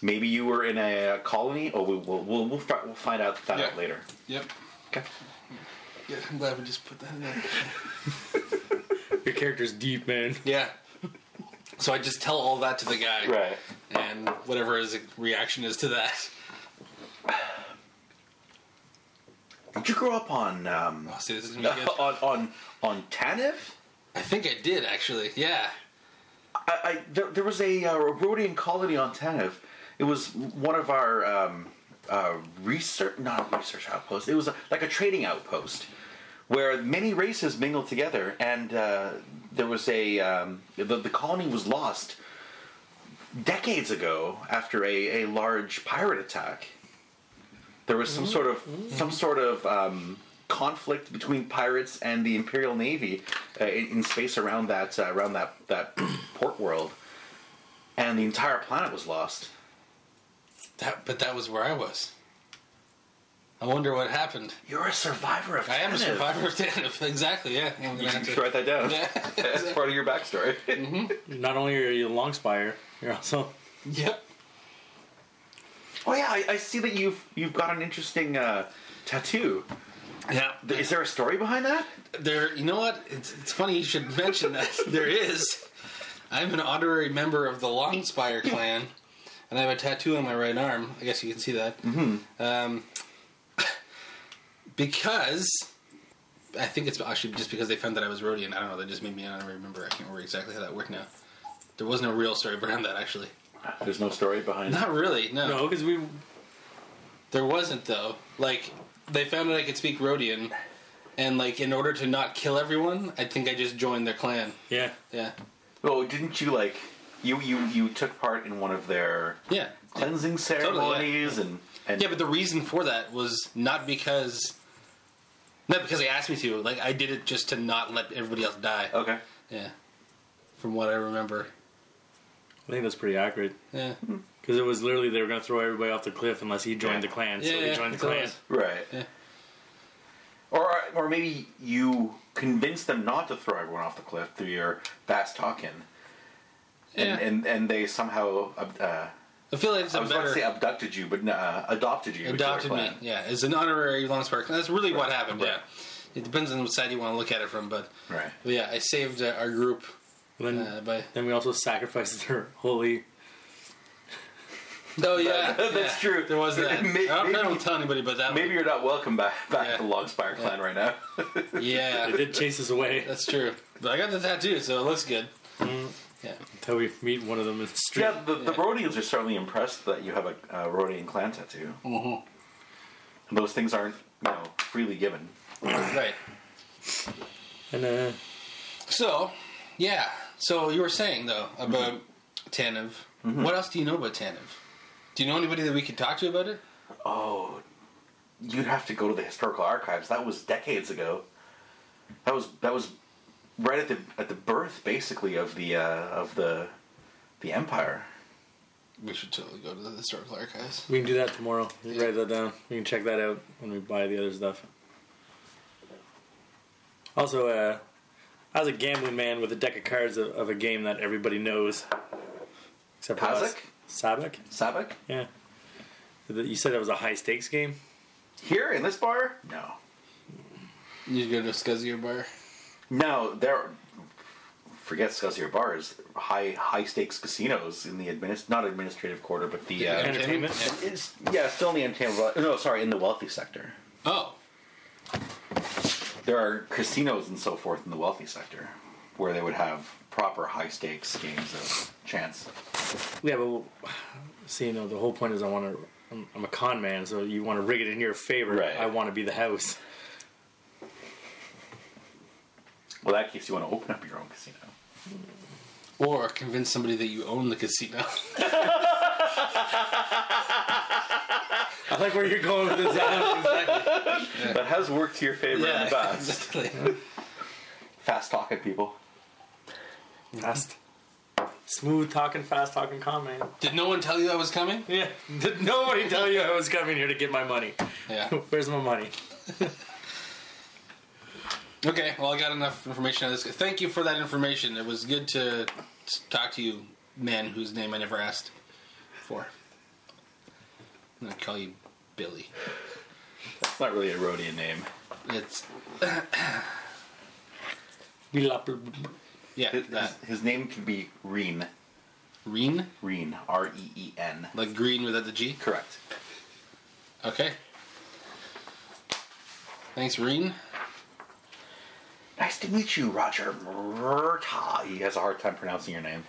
Speaker 1: Maybe you were in a colony. Oh, we, we'll we'll we'll, fi- we'll find out that
Speaker 4: Yeah.
Speaker 1: out later.
Speaker 4: Yep.
Speaker 1: Okay.
Speaker 4: Yeah, I'm glad we just put that in there.
Speaker 3: Your character's deep, man.
Speaker 4: yeah. So I just tell all that to the guy.
Speaker 1: Right.
Speaker 4: and whatever his reaction is to that.
Speaker 1: Did you grow up on um,
Speaker 4: Oh, see, this is gonna be good.
Speaker 1: on on on Tanif?
Speaker 4: I think I did actually. Yeah,
Speaker 1: I, I there, there was a uh, Rhodian colony on Tanif. It was one of our um, uh, research, not a research outpost. It was a, like a trading outpost where many races mingled together, and uh, there was a um, the, the colony was lost decades ago after a, a large pirate attack. There was some sort of some sort of um, conflict between pirates and the Imperial Navy uh, in, in space around that uh, around that that port world, and the entire planet was lost.
Speaker 4: that, but that was where I was. I wonder what happened.
Speaker 1: You're a survivor of.
Speaker 4: I am a
Speaker 1: Tanith.
Speaker 4: survivor of Tanif. Exactly. Yeah, I'm
Speaker 1: You
Speaker 4: gonna have
Speaker 1: should
Speaker 4: to.
Speaker 1: write that down.
Speaker 4: Yeah.
Speaker 1: That's part of your backstory.
Speaker 3: Not only are you a Longspire, you're also.
Speaker 4: Yep.
Speaker 1: oh yeah, I, I see that you've you've got an interesting uh, tattoo.
Speaker 4: Yeah.
Speaker 1: Th- Is there a story behind that?
Speaker 4: There. You know what? It's, it's funny you should mention that. there is. I'm an honorary member of the Longspire clan, and I have a tattoo on my right arm. I guess you can see that. Mm-hmm. Um, because I think it's actually just because they found that I was Rhodian. I don't know. They just made me. I don't remember. I can't remember exactly how that worked now. There was no real story behind that actually.
Speaker 1: There's no story behind
Speaker 4: Not really.
Speaker 3: No, because we.
Speaker 4: There wasn't though. Like they found out I could speak Rhodian, and like in order to not kill everyone, I think I just joined their clan.
Speaker 3: Yeah.
Speaker 4: Yeah,
Speaker 1: Oh, didn't you like you you you took part in one of their
Speaker 4: yeah,
Speaker 1: cleansing ceremonies and and
Speaker 4: yeah. But the reason for that was not because, not because they asked me to. Like I did it just to not let everybody else die.
Speaker 1: okay.
Speaker 4: Yeah, from what I remember.
Speaker 3: I think that's pretty accurate.
Speaker 4: Yeah,
Speaker 3: Because it was literally they were going to throw everybody off the cliff unless he joined
Speaker 1: Yeah.
Speaker 3: the clan.
Speaker 4: yeah,
Speaker 3: so he
Speaker 4: yeah,
Speaker 3: joined the
Speaker 4: that's what it
Speaker 3: clan.
Speaker 4: was.
Speaker 1: Right.
Speaker 4: Yeah.
Speaker 1: Or or maybe you convinced them not to throw everyone off the cliff through your fast talking. And,
Speaker 4: Yeah.
Speaker 1: and and they somehow ab- uh,
Speaker 4: I feel like it's
Speaker 1: I
Speaker 4: a
Speaker 1: was about to
Speaker 4: better
Speaker 1: say abducted you, but uh, adopted you. into their
Speaker 4: adopted me.
Speaker 1: clan.
Speaker 4: Yeah, as an honorary Long Spark. That's really what happened.
Speaker 1: Right.
Speaker 4: Yeah, it depends on what side you want to look at it from, but.
Speaker 1: Right.
Speaker 4: but yeah, I saved uh, our group
Speaker 3: Then,
Speaker 4: uh, by.
Speaker 3: then we also sacrificed their holy.
Speaker 4: Oh yeah,
Speaker 1: That's
Speaker 4: yeah.
Speaker 1: true.
Speaker 4: There was that.
Speaker 1: May-
Speaker 4: I don't- I
Speaker 1: maybe-
Speaker 4: don't tell anybody about that.
Speaker 1: Maybe you're not welcome back back
Speaker 4: Yeah.
Speaker 1: to Logspire Clan right now.
Speaker 4: one.
Speaker 3: They
Speaker 4: yeah,
Speaker 3: did chase us away
Speaker 4: that's true. But I got the tattoo, so it looks good.
Speaker 1: Mm.
Speaker 4: Yeah,
Speaker 3: until we meet one of them in the street.
Speaker 1: yeah, the, the
Speaker 4: Yeah.
Speaker 1: Rhodians are certainly impressed that you have a, a Rhodian clan tattoo.
Speaker 4: Mm-hmm.
Speaker 1: And those things aren't you know freely given.
Speaker 4: right.
Speaker 3: And uh,
Speaker 4: So, yeah. So you were saying though about Tanev. What else do you know about Tanev? Do you know anybody that we could talk to about it?
Speaker 1: Oh, you'd have to go to the historical archives. That was decades ago. That was that was right at the at the birth, basically, of the uh, of the the empire.
Speaker 4: We should totally go to the historical archives.
Speaker 3: we can do that tomorrow. We can write that down. We can check that out when we buy the other stuff. Also, uh, I was a gambling man with a deck of cards of, of a game that everybody knows. Except for us. Sabak?
Speaker 1: Sabak
Speaker 3: Yeah. You said it was a high stakes game?
Speaker 1: here in this bar? No,
Speaker 4: You go to Scuzzier Bar.
Speaker 1: no. There, forget Scusier bars. High high stakes casinos in the administ not administrative quarter, but the uh,
Speaker 3: Entertainment?
Speaker 4: Yeah.
Speaker 1: it's yeah, still in the entertainment. No, sorry, in the wealthy sector.
Speaker 4: Oh,
Speaker 1: there are casinos and so forth in the wealthy sector where they would have proper high stakes games of chance.
Speaker 3: Yeah, but see, you know, the whole point is I want to. I'm, I'm a con man, so you want to rig it in your favor.
Speaker 1: Right.
Speaker 3: I want to be the house.
Speaker 1: Well, that case, you want to open up your own casino.
Speaker 4: or convince somebody that you own the casino.
Speaker 3: I like where you're going with this. Adam.
Speaker 1: That has worked to your favor in the past.
Speaker 4: exactly.
Speaker 1: Fast talking people.
Speaker 3: fast, smooth talking, fast talking con man.
Speaker 4: Did no one tell you I was coming?
Speaker 3: Yeah. Did nobody tell you I was coming here to get my money?
Speaker 4: Yeah.
Speaker 3: Where's my money?
Speaker 4: Okay, well, I got enough information on this. Thank you for that information. It was good to talk to you, man, whose name I never asked for. I'm gonna call you Billy.
Speaker 1: It's not really a Rhodian name.
Speaker 4: It's
Speaker 3: We lap-
Speaker 4: yeah,
Speaker 1: His,
Speaker 4: that
Speaker 1: his name could be Reen.
Speaker 4: Reen,
Speaker 1: Reen. R E E N.
Speaker 4: like green without the G.
Speaker 1: Correct.
Speaker 4: Okay. Thanks, Reen.
Speaker 1: Nice to meet you, Roger Murtaugh. He has a hard time pronouncing your name.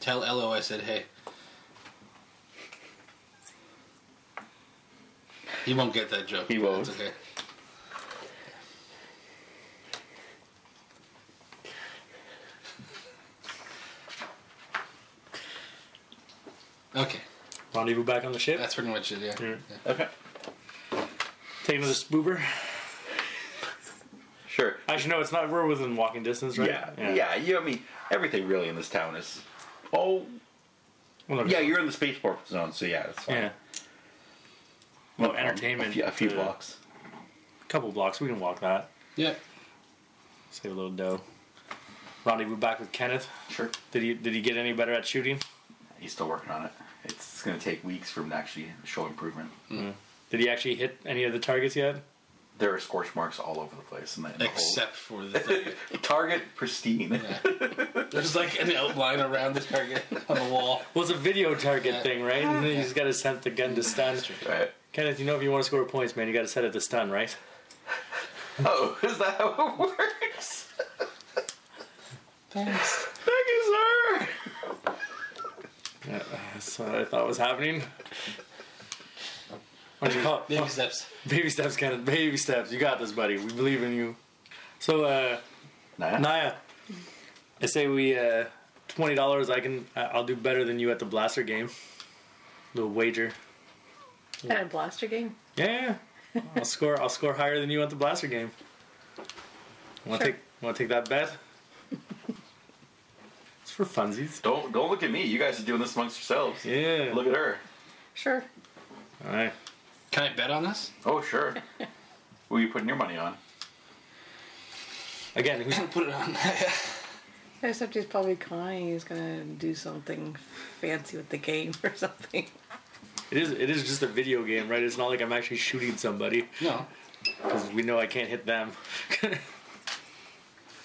Speaker 4: Tell Ello I said hey. He won't get that joke.
Speaker 1: He
Speaker 4: but
Speaker 1: won't.
Speaker 4: It's okay. Okay,
Speaker 3: Rendezvous back on the ship.
Speaker 4: that's pretty much it. Yeah.
Speaker 3: Yeah.
Speaker 4: Yeah.
Speaker 1: Okay.
Speaker 3: Take another spoober.
Speaker 1: Sure.
Speaker 3: Actually, no, it's not. We're within walking distance, right?
Speaker 1: Yeah. Yeah. You, I mean, everything really in this town is. Oh,
Speaker 3: Well, look,
Speaker 1: yeah, you're in the spaceport zone, so yeah, that's fine.
Speaker 3: Yeah. Well,
Speaker 1: Um,
Speaker 3: entertainment.
Speaker 1: A few, a few
Speaker 3: uh,
Speaker 1: blocks.
Speaker 3: couple blocks. We can walk that.
Speaker 4: Yeah.
Speaker 3: Save a little dough. Rendezvous back with Kenneth.
Speaker 1: Sure.
Speaker 3: Did he did he get any better at shooting?
Speaker 1: He's still working on it. It's, it's going to take weeks for him to actually show improvement.
Speaker 3: Did he actually hit any of the targets yet?
Speaker 1: There are scorch marks all over the place, and the, in the whole-
Speaker 4: Except for the thing.
Speaker 1: target pristine.
Speaker 4: Yeah. there's like an outline around the target on the wall.
Speaker 3: Well, it's a video target
Speaker 4: Yeah.
Speaker 3: thing, right? And then you just gotta set the gun to stun.
Speaker 1: Right.
Speaker 3: Kenneth, you know if you want to score points, man, you gotta set it to stun, right?
Speaker 1: Oh, is that how it works?
Speaker 4: Thanks.
Speaker 1: Thank you, sir.
Speaker 3: Yeah, that's what I thought was happening. What do you call it?
Speaker 4: Baby steps.
Speaker 3: Baby steps, Kenneth. Baby steps. You got this, buddy. We believe in you. So, uh,
Speaker 1: Nah.
Speaker 3: Naya, I say we uh, twenty dollars. I can. I- I'll do better than you at the blaster game. Little wager.
Speaker 2: At a blaster game?
Speaker 3: Yeah, yeah. I'll score. I'll score higher than you at the blaster game. Want to
Speaker 2: Sure.
Speaker 3: take? Want to take that bet? it's for funsies.
Speaker 1: Don't don't look at me. You guys are doing this amongst yourselves.
Speaker 3: Yeah.
Speaker 1: Look at her.
Speaker 2: Sure.
Speaker 3: All right.
Speaker 4: Can I bet on this?
Speaker 1: Oh, sure. Who are you putting your money on?
Speaker 3: Again, who's,
Speaker 4: Put it on.
Speaker 2: Except he's probably kind. He's gonna do something fancy with the game or something.
Speaker 3: it is. It is just a video game, right? It's not like I'm actually shooting somebody
Speaker 4: no.
Speaker 3: because we know I can't hit them.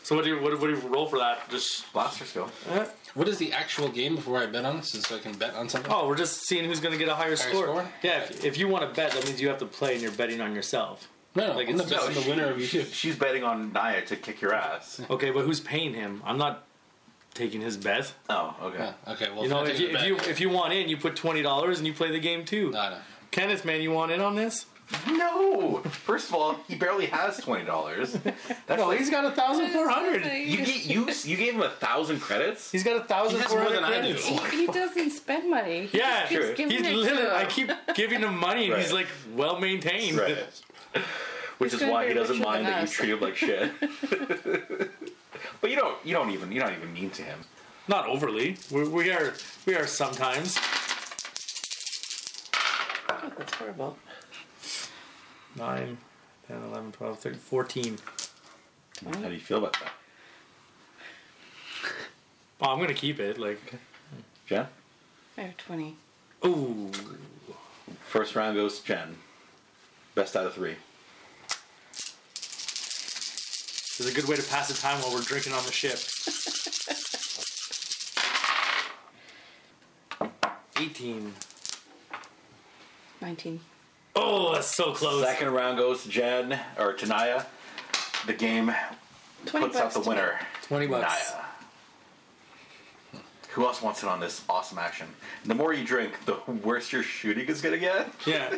Speaker 3: so what do you what, do- what do you roll for that? Just
Speaker 1: Blaster skill.
Speaker 3: uh,
Speaker 4: What is the actual game before I bet on this? So I can bet on something.
Speaker 3: oh, we're just seeing who's gonna get a higher, score.
Speaker 4: score?
Speaker 3: Yeah, if, if you want to bet, that means you have to play, and you're betting on yourself.
Speaker 4: no, no.
Speaker 3: like
Speaker 4: I'm the
Speaker 3: it's-
Speaker 4: best.
Speaker 1: no,
Speaker 4: I'm the
Speaker 1: she-
Speaker 4: winner of you two.
Speaker 1: She's betting on Naya to kick your ass.
Speaker 3: Okay, but who's paying him? I'm not taking his bet.
Speaker 1: Oh, okay.
Speaker 4: Yeah, okay. Well,
Speaker 3: You
Speaker 4: I
Speaker 3: know, if
Speaker 4: take the
Speaker 3: you, if
Speaker 4: bet-
Speaker 3: you if you want in, you put twenty dollars and you play the game too.
Speaker 4: no, no.
Speaker 3: Kenneth, man, you want in on this?
Speaker 1: No. First of all, he barely has twenty dollars. That's
Speaker 3: No,
Speaker 1: like,
Speaker 3: he's got a thousand four hundred.
Speaker 1: you,
Speaker 2: He,
Speaker 1: ge- you you gave him a thousand credits.
Speaker 3: He's got a thousand
Speaker 4: He has
Speaker 3: four
Speaker 4: more
Speaker 3: hundred
Speaker 4: than I do.
Speaker 3: credits.
Speaker 2: he doesn't spend money. He
Speaker 3: Yeah,
Speaker 2: just keeps
Speaker 1: Sure.
Speaker 2: giving
Speaker 3: He's
Speaker 2: it to
Speaker 3: literally. I
Speaker 2: him.
Speaker 3: keep giving him money, and he's
Speaker 1: Right.
Speaker 3: like well maintained.
Speaker 1: Which
Speaker 2: He's
Speaker 1: is
Speaker 2: gonna
Speaker 1: why
Speaker 2: be
Speaker 1: he doesn't
Speaker 2: richer
Speaker 1: mind
Speaker 2: than
Speaker 1: that you
Speaker 2: us.
Speaker 1: treat him like shit. but you don't you don't even you're not even mean to him.
Speaker 3: Not overly. We're, we are we are sometimes.
Speaker 2: Oh, that's horrible.
Speaker 3: 9, 10, 11, 12, 13, 14.
Speaker 1: How do you feel about that,
Speaker 3: Oh, I'm gonna keep it. Like,
Speaker 1: Jen?
Speaker 2: I have twenty.
Speaker 3: ooh,
Speaker 1: First round goes to Jen. Best out of three.
Speaker 3: this is a good way to pass the time while we're drinking on the ship. 18.
Speaker 2: Nineteen.
Speaker 3: Oh, that's so close.
Speaker 1: Second round goes to Jen or to Naya. The game
Speaker 2: Twenty
Speaker 1: puts out
Speaker 2: bucks.
Speaker 1: the
Speaker 2: to
Speaker 1: winner.
Speaker 3: Twenty bucks.
Speaker 1: Naya. Who else wants in on this awesome action? The more you drink, the worse your shooting is gonna get.
Speaker 3: Yeah.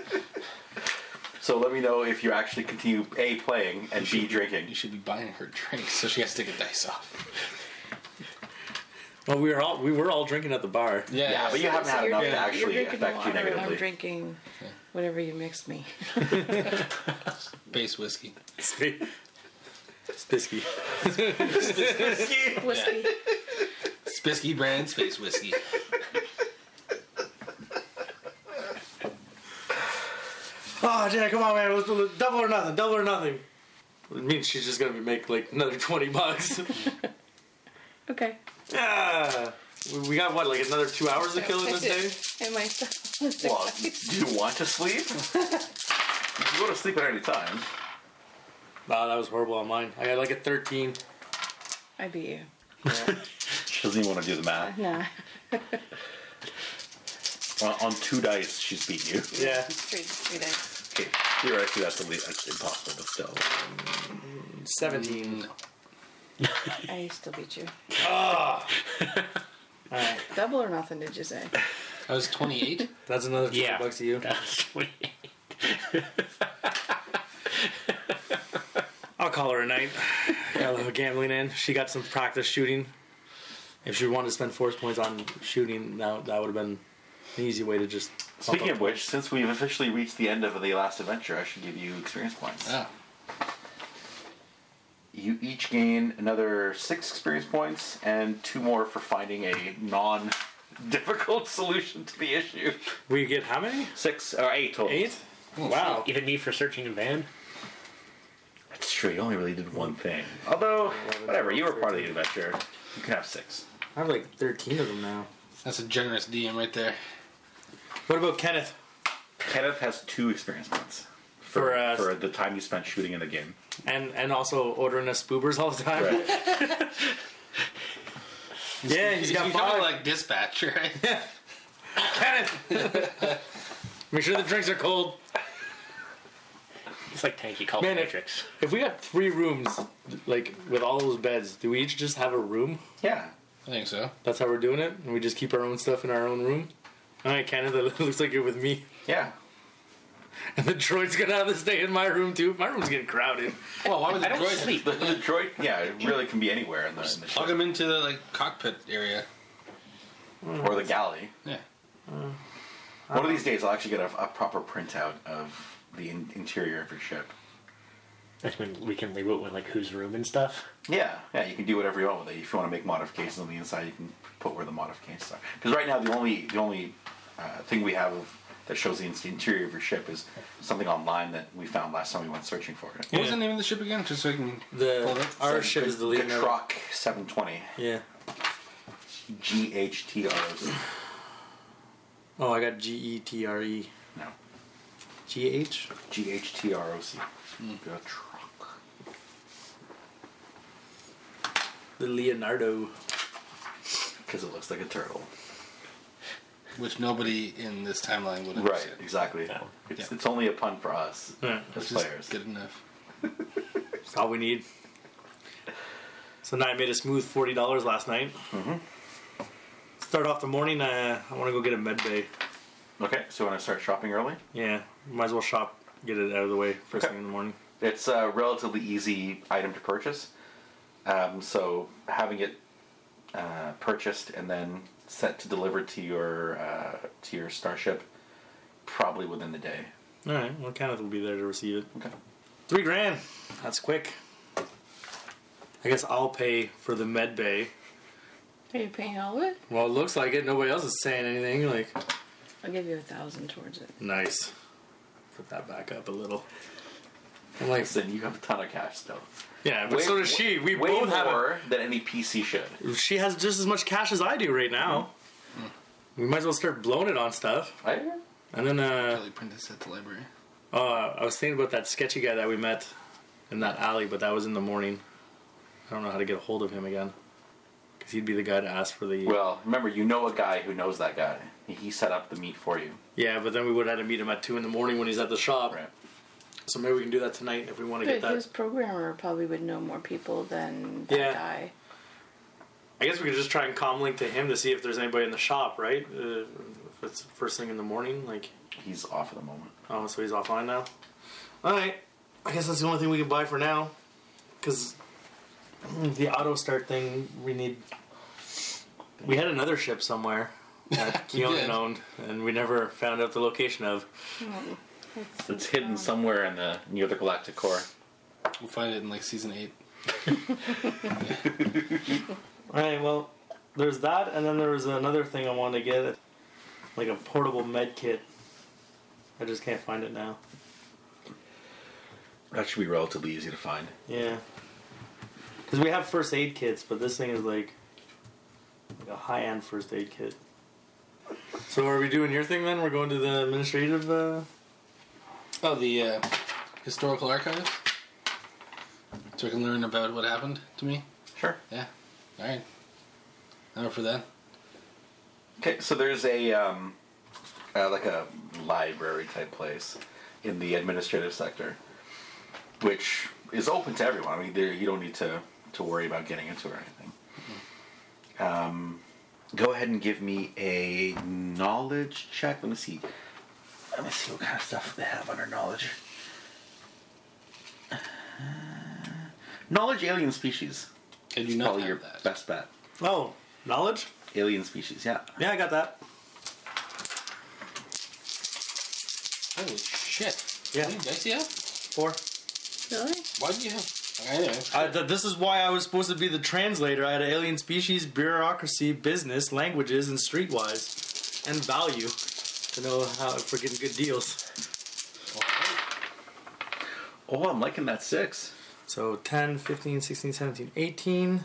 Speaker 1: So let me know if you actually continue a playing and b drinking.
Speaker 4: You should be buying her drinks, so she has to take a dice off.
Speaker 3: Well, we were all we were all drinking at the bar.
Speaker 4: Yeah,
Speaker 1: Yeah, but you
Speaker 2: me.
Speaker 1: haven't had
Speaker 2: you're
Speaker 1: enough to
Speaker 2: drinking- you're
Speaker 1: actually
Speaker 2: drinking
Speaker 1: affect you
Speaker 2: water, I'm
Speaker 1: negatively.
Speaker 2: drinking whatever you mixed me.
Speaker 4: base whiskey.
Speaker 3: Spisky.
Speaker 2: Whiskey.
Speaker 4: Spisky brand space whiskey.
Speaker 3: Oh, Jack, come on, man. Let's do the- double or nothing. Double or nothing. It means she's just gonna be make like another twenty bucks.
Speaker 2: Okay.
Speaker 3: yeah. We- We got what, like another two hours to kill in this day?
Speaker 2: And
Speaker 1: Well,
Speaker 2: myself.
Speaker 1: do you want to sleep? you can go to sleep at any time.
Speaker 3: Wow, that was horrible on mine. I got like a thirteen.
Speaker 2: I beat you.
Speaker 1: She doesn't even want to do the math.
Speaker 2: Nah.
Speaker 1: On, on two dice, she's beat you.
Speaker 3: Yeah.
Speaker 2: Three, three days.
Speaker 1: Okay, theoretically, that's, the least, that's impossible, but still.
Speaker 3: Seventeen.
Speaker 2: I still beat you.
Speaker 3: Ah. Alright.
Speaker 2: Double or nothing, did you say?
Speaker 4: I was 28.
Speaker 3: That's another twenty
Speaker 5: Yeah.
Speaker 3: bucks to you.
Speaker 5: That's what-
Speaker 3: I'll call her a night. Got a little gambling in. She got some practice shooting. If she wanted to spend force points on shooting, now that would have been an easy way to just. bump
Speaker 1: Speaking
Speaker 3: up
Speaker 1: of which, since we've officially reached the end of the last adventure, I should give you experience points.
Speaker 4: Oh.
Speaker 1: You each gain another six experience points and two more for finding a non difficult solution to the issue.
Speaker 3: We get how many?
Speaker 1: Six or eight total.
Speaker 3: Eight?
Speaker 1: Oh,
Speaker 3: Wow.
Speaker 5: Even me for searching a van.
Speaker 1: That's true. You only really did one thing. Although, whatever. You were part of the adventure. You can have six.
Speaker 3: I have like 13 of them now.
Speaker 4: That's a generous DM right there.
Speaker 3: What about Kenneth?
Speaker 1: Kenneth has two experience points
Speaker 3: For, uh,
Speaker 1: for the time you spent shooting in the game.
Speaker 3: and and also ordering us boobers all the time.
Speaker 1: Right.
Speaker 3: Yeah, he's got
Speaker 4: becoming
Speaker 3: five.
Speaker 4: like dispatch, right?
Speaker 3: Kenneth! Make sure the drinks are cold.
Speaker 5: It's like Tanky called
Speaker 3: Man, if-
Speaker 5: Matrix.
Speaker 3: If we got three rooms, like with all those beds, do we each just have a room?
Speaker 1: Yeah.
Speaker 4: I think so.
Speaker 3: That's how we're doing it, and we just keep our own stuff in our own room. All right, Canada looks like you're with me,
Speaker 1: Yeah.
Speaker 3: and the droid's gonna have to stay in my room too. My room's getting crowded.
Speaker 4: Well, why would the
Speaker 5: I don't
Speaker 4: droid
Speaker 5: sleep.
Speaker 1: The, the droid, yeah, it really can be anywhere in the, in the
Speaker 4: plug
Speaker 1: ship.
Speaker 4: him into the like cockpit area?
Speaker 1: Or the galley.
Speaker 4: Yeah.
Speaker 1: One of these days, I'll actually get a, a proper printout of the in- interior of your ship.
Speaker 5: That's when we can label it with like whose room and stuff.
Speaker 1: Yeah, yeah, you can do whatever you want with it. If you want to make modifications on the inside, you can put where the modifications are. Because right now, the only the only uh, thing we have of, that shows the in- interior of your ship is something online that we found last time we went searching for it.
Speaker 4: What was the name of the ship again? Just so I can. pull
Speaker 3: The
Speaker 4: it.
Speaker 3: our ship is the lead. now.
Speaker 1: Gatrock 720.
Speaker 3: Yeah.
Speaker 1: G H T R O C.
Speaker 3: Oh, I got G E T R E
Speaker 1: No.
Speaker 3: G H.
Speaker 1: G H T R O C. Gatrock.
Speaker 3: The Leonardo.
Speaker 1: Because it looks like a turtle.
Speaker 4: which nobody in this timeline would
Speaker 1: Right,
Speaker 4: understand.
Speaker 1: exactly.
Speaker 5: Yeah.
Speaker 1: It's,
Speaker 4: Yeah.
Speaker 1: it's only a pun for us
Speaker 3: Yeah.
Speaker 1: as
Speaker 4: Which is
Speaker 1: players.
Speaker 4: good enough.
Speaker 3: That's all we need. So now I made a smooth forty dollars last night. Mm-hmm. Start off the morning. Uh, I want to go get a med bay.
Speaker 1: Okay, so you want to start shopping early?
Speaker 3: Yeah, might as well shop, get it out of the way first
Speaker 1: Okay.
Speaker 3: thing in the morning.
Speaker 1: It's a relatively easy item to purchase. Um, so having it uh, purchased and then set to deliver to your uh, to your starship probably within the day.
Speaker 3: All right, well, Kenneth will be there to receive it.
Speaker 1: Okay.
Speaker 3: Three grand. That's quick. I guess I'll pay for the med bay.
Speaker 2: Are you paying all of it?
Speaker 3: Well, it looks like it. Nobody else is saying anything. Like,
Speaker 2: I'll give you a thousand towards it.
Speaker 3: nice. Put that back up a little. I'm like,
Speaker 1: Listen, you have a ton of cash still.
Speaker 3: yeah, but so does she. We
Speaker 1: way
Speaker 3: both have.
Speaker 1: more than any PC should.
Speaker 3: A, she has just as much cash as I do right now. We might as well start blowing it on stuff.
Speaker 1: Right?
Speaker 3: And then, uh,
Speaker 4: Probably printed this at the library.
Speaker 3: Uh, I was thinking about that sketchy guy that we met in that alley, but that was in the morning. I don't know how to get a hold of him again. Because he'd be the guy to ask for the.
Speaker 1: Well, remember, you know a guy who knows that guy. He set up the meet for you.
Speaker 3: yeah, but then we would have had to meet him at 2 in the morning when he's at the shop. So maybe we can do that tonight if we want to get
Speaker 2: But his
Speaker 3: that.
Speaker 2: programmer probably would know more people than that
Speaker 3: Yeah.
Speaker 2: guy.
Speaker 3: I guess we could just try and com link to him to see if there's anybody in the shop, right? Uh, if it's first thing in the morning. Like,
Speaker 1: He's off at the moment.
Speaker 3: oh, so he's offline now? Alright. I guess that's the only thing we can buy for now. Because the auto start thing, we need. We had another ship somewhere. that Keon
Speaker 4: did.
Speaker 3: owned, and we never found out the location of.
Speaker 1: It's hidden somewhere in the near the galactic core.
Speaker 4: We'll find it in like season eight.
Speaker 3: All right, well, there's that, and then there was another thing I wanted to get, like a portable med kit. I just can't find it now.
Speaker 1: That should be relatively easy to find.
Speaker 3: Yeah, because we have first aid kits, but this thing is like, like a high-end first aid kit. So are we doing your thing then? We're going to the administrative. Uh...
Speaker 4: Oh, the uh, historical archives. So I can learn about what happened to me.
Speaker 1: Sure.
Speaker 4: Yeah. All right. I'm up for that.
Speaker 1: Okay, so there's a um, uh, like a library type place in the administrative sector, which is open to everyone. I mean, there, you don't need to to worry about getting into it or anything. Um, go ahead and give me a knowledge check. Let me see. Let me see what kind of stuff they have under knowledge. Uh, knowledge alien species.
Speaker 4: I do
Speaker 1: is
Speaker 4: not
Speaker 1: probably
Speaker 4: have
Speaker 1: your
Speaker 4: that.
Speaker 1: best bet.
Speaker 3: Oh, knowledge.
Speaker 1: Alien species, yeah.
Speaker 3: Yeah, I got that.
Speaker 4: Holy shit!
Speaker 3: Yeah,
Speaker 4: Did I see that?
Speaker 3: four.
Speaker 2: Really?
Speaker 4: Why do you have? Anyway,
Speaker 3: I, th- this is why I was supposed to be the translator. I had alien species, bureaucracy, business, languages, and streetwise, and value to know how for getting good deals.
Speaker 1: Oh, I'm liking that six.
Speaker 3: So 10, 15, 16, 17, 18,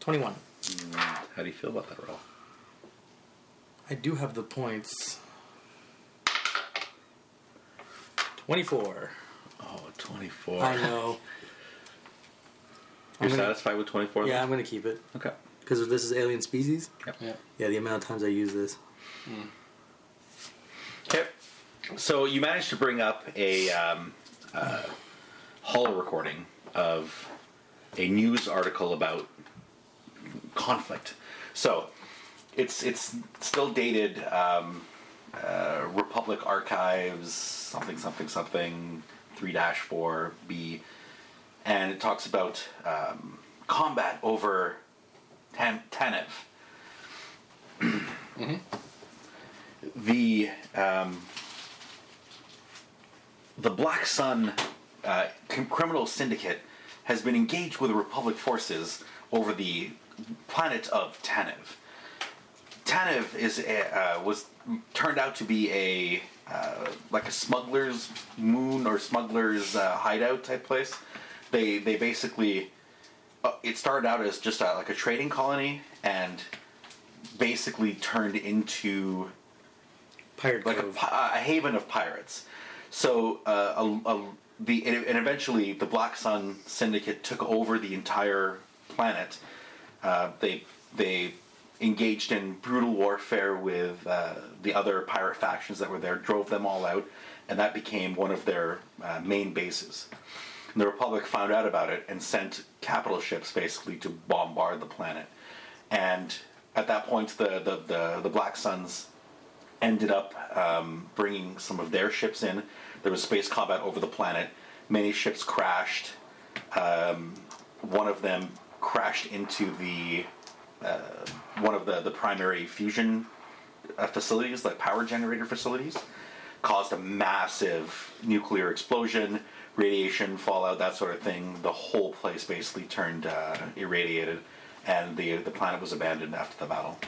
Speaker 3: 21.
Speaker 1: How do you feel about that roll?
Speaker 3: I do have the points. 24.
Speaker 1: Oh, 24.
Speaker 3: I know.
Speaker 1: You're
Speaker 3: gonna-
Speaker 1: satisfied with 24?
Speaker 3: Yeah, I'm gonna keep it
Speaker 1: Okay.
Speaker 3: because this is alien species.
Speaker 4: Yeah.
Speaker 3: Yeah, the amount of times I use this.
Speaker 1: Okay. So you managed to bring up a um, uh, hall recording of a news article about conflict. So it's it's still dated um, uh, Republic Archives something something something three four B, and it talks about um, combat over Tan- Tanev. the um, the Black Sun uh, c- criminal syndicate has been engaged with Republic forces over the planet of Tanev. Tanev is a, uh, was turned out to be a uh, like a smuggler's moon or smuggler's uh, hideout type place. They they basically uh, it started out as just a, like a trading colony and basically turned into
Speaker 3: Pirate
Speaker 1: like a,
Speaker 3: Cove.
Speaker 1: pi- a haven of pirates. So uh, a, a, the and and eventually the Black Sun Syndicate took over the entire planet. Uh, they they engaged in brutal warfare with uh, the other pirate factions that were there, drove them all out, and that became one of their uh, main bases. And the Republic found out about it and sent capital ships basically to bombard the planet. And at that point, the the, the, the Black Suns ended up um, bringing some of their ships in. There was space combat over the planet. Many ships crashed. Um, one of them crashed into the uh, one of the, the primary fusion uh, facilities, like power generator facilities, caused a massive nuclear explosion, radiation fallout, that sort of thing. The whole place basically turned uh, irradiated, and the the planet was abandoned after the battle.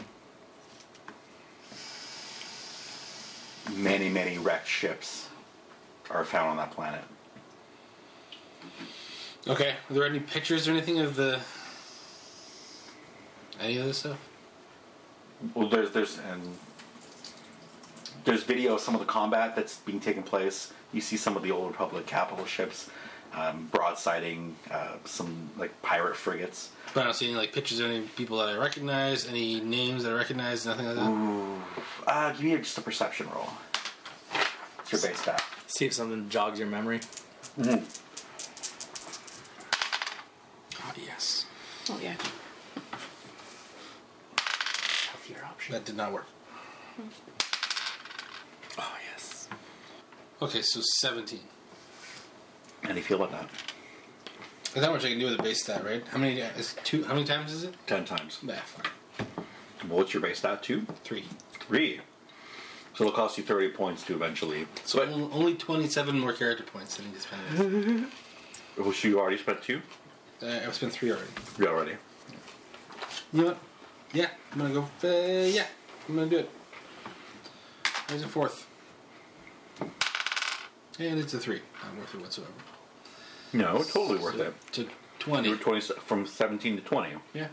Speaker 1: many, many wrecked ships are found on that planet.
Speaker 4: Okay. Are there any pictures or anything of the any of this stuff?
Speaker 1: Well, there's there's and there's video of some of the combat that's being taken place. You see some of the old Republic capital ships um, broadsiding uh, some like pirate frigates.
Speaker 4: But I don't see any like pictures of any people that I recognize, any names that I recognize, nothing like that.
Speaker 1: Uh, give me just a perception roll. It's your base stat.
Speaker 3: See if something jogs your memory.
Speaker 4: Ah, yes.
Speaker 2: Oh yeah.
Speaker 3: Healthier option.
Speaker 4: That did not work.
Speaker 3: Oh yes.
Speaker 4: Okay, so seventeen.
Speaker 1: And you feel about that
Speaker 4: Is that much I can do with a base stat, right? How many uh, is two how many times is it?
Speaker 1: ten times.
Speaker 4: Nah, fuck.
Speaker 1: Well, what's your base stat? Two,
Speaker 4: Three.
Speaker 1: three. So it'll cost you thirty points to eventually.
Speaker 4: So on- only twenty seven more character points than I need to spend. on this.
Speaker 1: Oh, so you already spent two.
Speaker 4: Uh, I've spent three already.
Speaker 1: You already.
Speaker 4: You know what? Yeah, I'm gonna go. Uh, yeah, I'm gonna do it. There's a fourth. And it's a three. Not worth it whatsoever.
Speaker 1: No, totally worth
Speaker 4: So,
Speaker 1: it.
Speaker 4: To
Speaker 1: You
Speaker 4: 20.
Speaker 1: were 20, from 17 to 20.
Speaker 4: Yeah.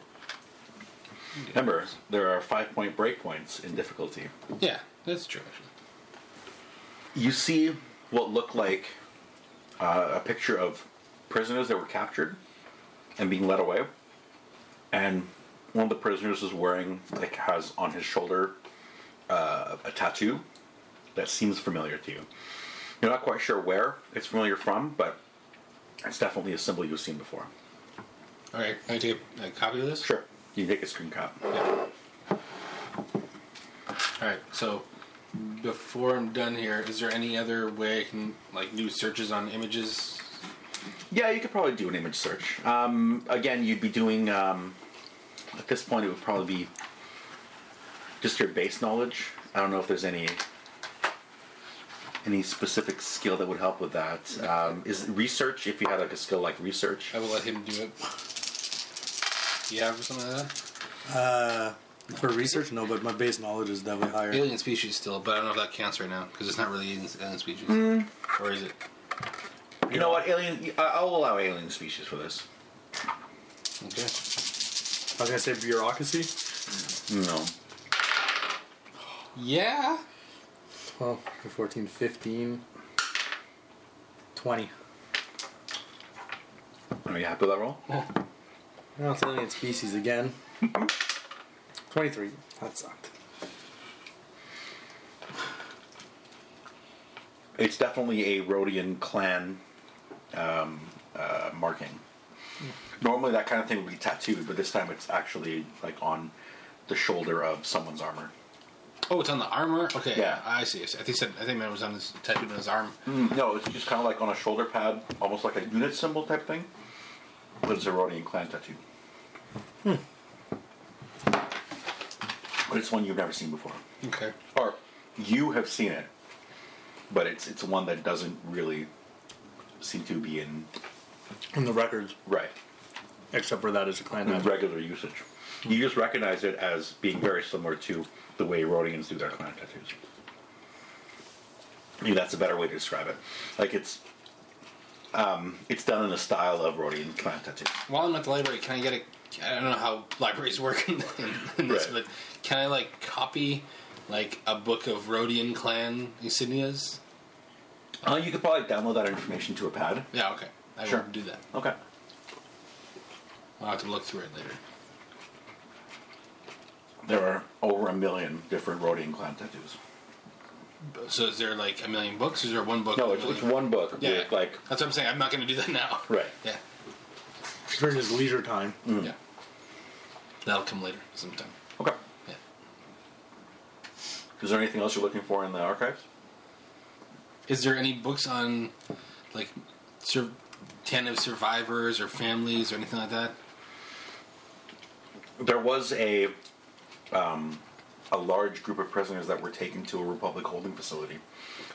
Speaker 1: Remember, there are five point break points in difficulty.
Speaker 4: Yeah, that's true, actually.
Speaker 1: You see what looked like uh, a picture of prisoners that were captured and being led away. And one of the prisoners is wearing, like, has on his shoulder uh, a tattoo that seems familiar to you. You're not quite sure where it's familiar from, but it's definitely a symbol you've seen before.
Speaker 4: Alright, can I take a, a copy of this?
Speaker 1: Sure. You can take a screen cap.
Speaker 4: Yeah. Alright, so before I'm done here, is there any other way I can, like, do searches on images?
Speaker 1: Yeah, you could probably do an image search. Um, again, you'd be doing um, at this point it would probably be just your base knowledge. I don't know if there's any any specific skill that would help with that. Um, is research if you had like a skill like research?
Speaker 4: I will let him do it. Do you have something like that?
Speaker 3: Uh, for research, no, but my base knowledge is definitely higher.
Speaker 4: Alien species still, but I don't know if that counts right now because it's not really alien, alien species, or is it?
Speaker 1: You know what, alien? I- I'll allow alien species for this.
Speaker 4: Okay.
Speaker 3: I was gonna say bureaucracy.
Speaker 1: No.
Speaker 4: Yeah.
Speaker 3: 12, 14, 15, 20.
Speaker 1: Are you happy with that roll?
Speaker 4: Oh.
Speaker 3: Well, it's alien species again. 23. That sucked.
Speaker 1: It's definitely a Rhodian clan um, uh, marking. Normally, that kind of thing would be tattooed, but this time it's actually like on the shoulder of someone's armor.
Speaker 4: Oh, it's on the armor. Okay,
Speaker 1: Yeah.
Speaker 4: I see. I, see. I think he said I think man was on his tattooed on his arm.
Speaker 1: No, it's just kind of like on a shoulder pad, almost like a unit symbol type thing. But it's a Rhodian clan tattoo. But it's one you've never seen before,
Speaker 4: Okay.
Speaker 1: or you have seen it, but it's it's one that doesn't really seem to be in
Speaker 3: In the records,
Speaker 1: right
Speaker 3: except for that is a clan
Speaker 1: in
Speaker 3: name.
Speaker 1: regular usage. You just recognize it as being very similar to the way Rhodians do their clan tattoos. Maybe that's a better way to describe it. Like it's, um, it's done in the style of Rhodian clan tattoos.
Speaker 4: While I'm at the library, can I get a? I don't know how libraries work in, in this,
Speaker 1: Right.
Speaker 4: but can I like copy like a book of Rhodian clan insignias?
Speaker 1: Uh, you could probably download that information to a pad.
Speaker 4: Yeah. Okay. I
Speaker 1: Sure.
Speaker 4: will do that.
Speaker 1: Okay.
Speaker 4: I'll have to look through it later.
Speaker 1: There are over a million different Rhodian clan tattoos.
Speaker 4: So is there like a million books? Is there one book?
Speaker 1: No,
Speaker 4: with
Speaker 1: it's,
Speaker 4: a
Speaker 1: it's
Speaker 4: million-
Speaker 1: one book.
Speaker 4: Yeah.
Speaker 1: with, Like
Speaker 4: That's what I'm saying. I'm not going to do that now.
Speaker 1: right. Mm.
Speaker 4: Yeah.
Speaker 3: During his leisure time.
Speaker 4: Yeah. That'll come later sometime.
Speaker 1: Okay.
Speaker 4: Yeah.
Speaker 1: Is there anything else you're looking for in the archives?
Speaker 4: Is there any books on like sur- tandem survivors or families or anything like that?
Speaker 1: There was a um, a large group of prisoners that were taken to a Republic holding facility,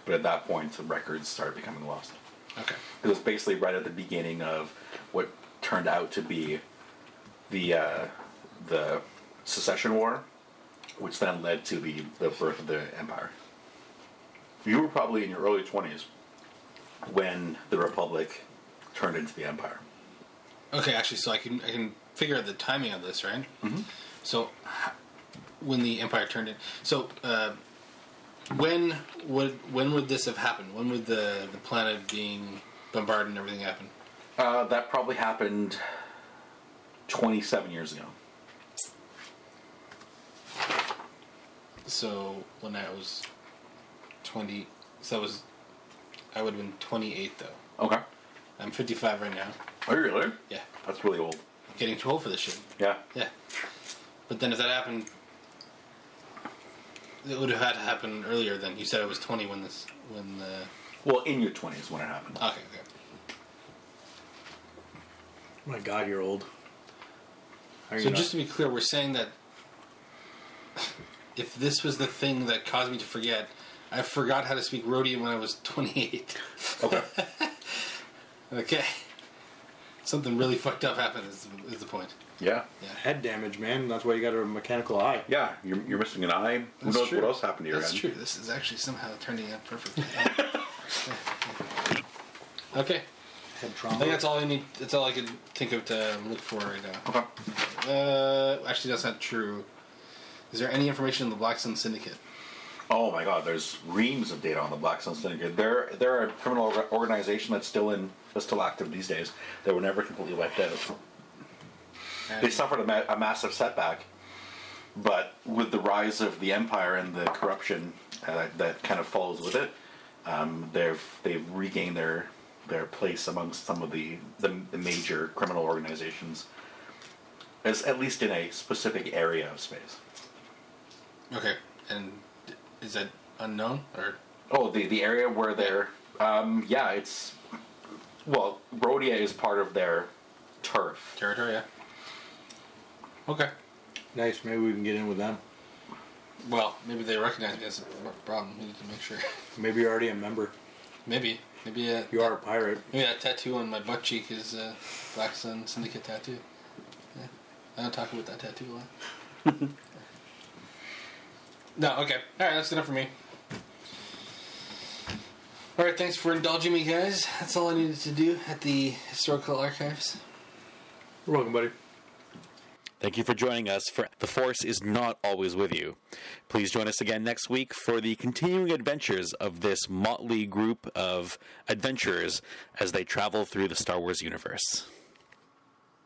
Speaker 1: but at that point the records started becoming lost.
Speaker 4: Okay.
Speaker 1: It was basically right at the beginning of what turned out to be the uh, the secession war, which then led to the, the birth of the empire. You were probably in your early twenties when the Republic turned into the empire.
Speaker 4: Okay, actually, so I can I can figure out the timing of this, right? Mm-hmm. So, h- when the empire turned it, so uh, when would when would this have happened? When would the the planet being bombarded and everything happen?
Speaker 1: Uh, that probably happened 27 years ago.
Speaker 4: So when I was twenty, so I was I would have been twenty eight though.
Speaker 1: Okay.
Speaker 4: I'm fifty five right now.
Speaker 1: Oh, really?
Speaker 4: Yeah,
Speaker 1: That's really old.
Speaker 4: getting too old for this shit.
Speaker 1: Yeah.
Speaker 4: Yeah. But then if that happened, it would have had to happen earlier than you said I was 20 when this, when the.
Speaker 1: Well, in your 20s when it happened.
Speaker 4: Okay, okay.
Speaker 3: My God, you're old. How are
Speaker 4: So
Speaker 3: you not-
Speaker 4: just to be clear, we're saying that if this was the thing that caused me to forget, I forgot how to speak Rhodian when I was 28.
Speaker 1: Okay.
Speaker 4: Okay. Something really fucked up happened, is, is the point.
Speaker 1: yeah.
Speaker 3: head damage, man. That's why you got a mechanical eye.
Speaker 1: Yeah. You're, you're missing an eye. Who
Speaker 4: That's
Speaker 1: knows
Speaker 4: true.
Speaker 1: what else happened to your
Speaker 4: That's
Speaker 1: end?
Speaker 4: true. This is actually somehow turning out perfectly. okay.
Speaker 3: Head
Speaker 4: I think
Speaker 3: trauma.
Speaker 4: that's all I need. That's all I can think of to look for right now.
Speaker 1: Okay.
Speaker 4: Uh, actually, that's not true. Is there any information on the Black Sun Syndicate?
Speaker 1: Oh my God! There's reams of data on the Black Sun Syndicate. They're they're a criminal or- organization that's still in that's still active these days. They were never completely wiped out. They
Speaker 4: And
Speaker 1: suffered a, ma- a massive setback, but with the rise of the empire and the corruption uh, that kind of follows with it, um, they've they've regained their their place amongst some of the the, the major criminal organizations, as at least in a specific area of space.
Speaker 4: okay, and is that unknown or
Speaker 1: Oh, the the area where they're um, yeah, it's well, Rhodia is part of their turf.
Speaker 4: territory? Yeah. Okay.
Speaker 3: Nice. Maybe we can get in with them.
Speaker 4: Well, maybe they recognize me. That's a pro- problem. We need to make sure.
Speaker 3: Maybe you're already a member.
Speaker 4: Maybe. Maybe. Uh,
Speaker 3: You are a pirate.
Speaker 4: Maybe that tattoo on my butt cheek is uh, Black Sun Syndicate tattoo. Yeah. I don't talk about that tattoo a lot. no, okay. All right, that's enough for me. All right, thanks for indulging me, guys. That's all I needed to do at the Historical Archives.
Speaker 3: You're welcome, buddy.
Speaker 6: Thank you for joining us for The Force is Not Always With You. Please join us again next week for the continuing adventures of this motley group of adventurers as they travel through the Star Wars universe.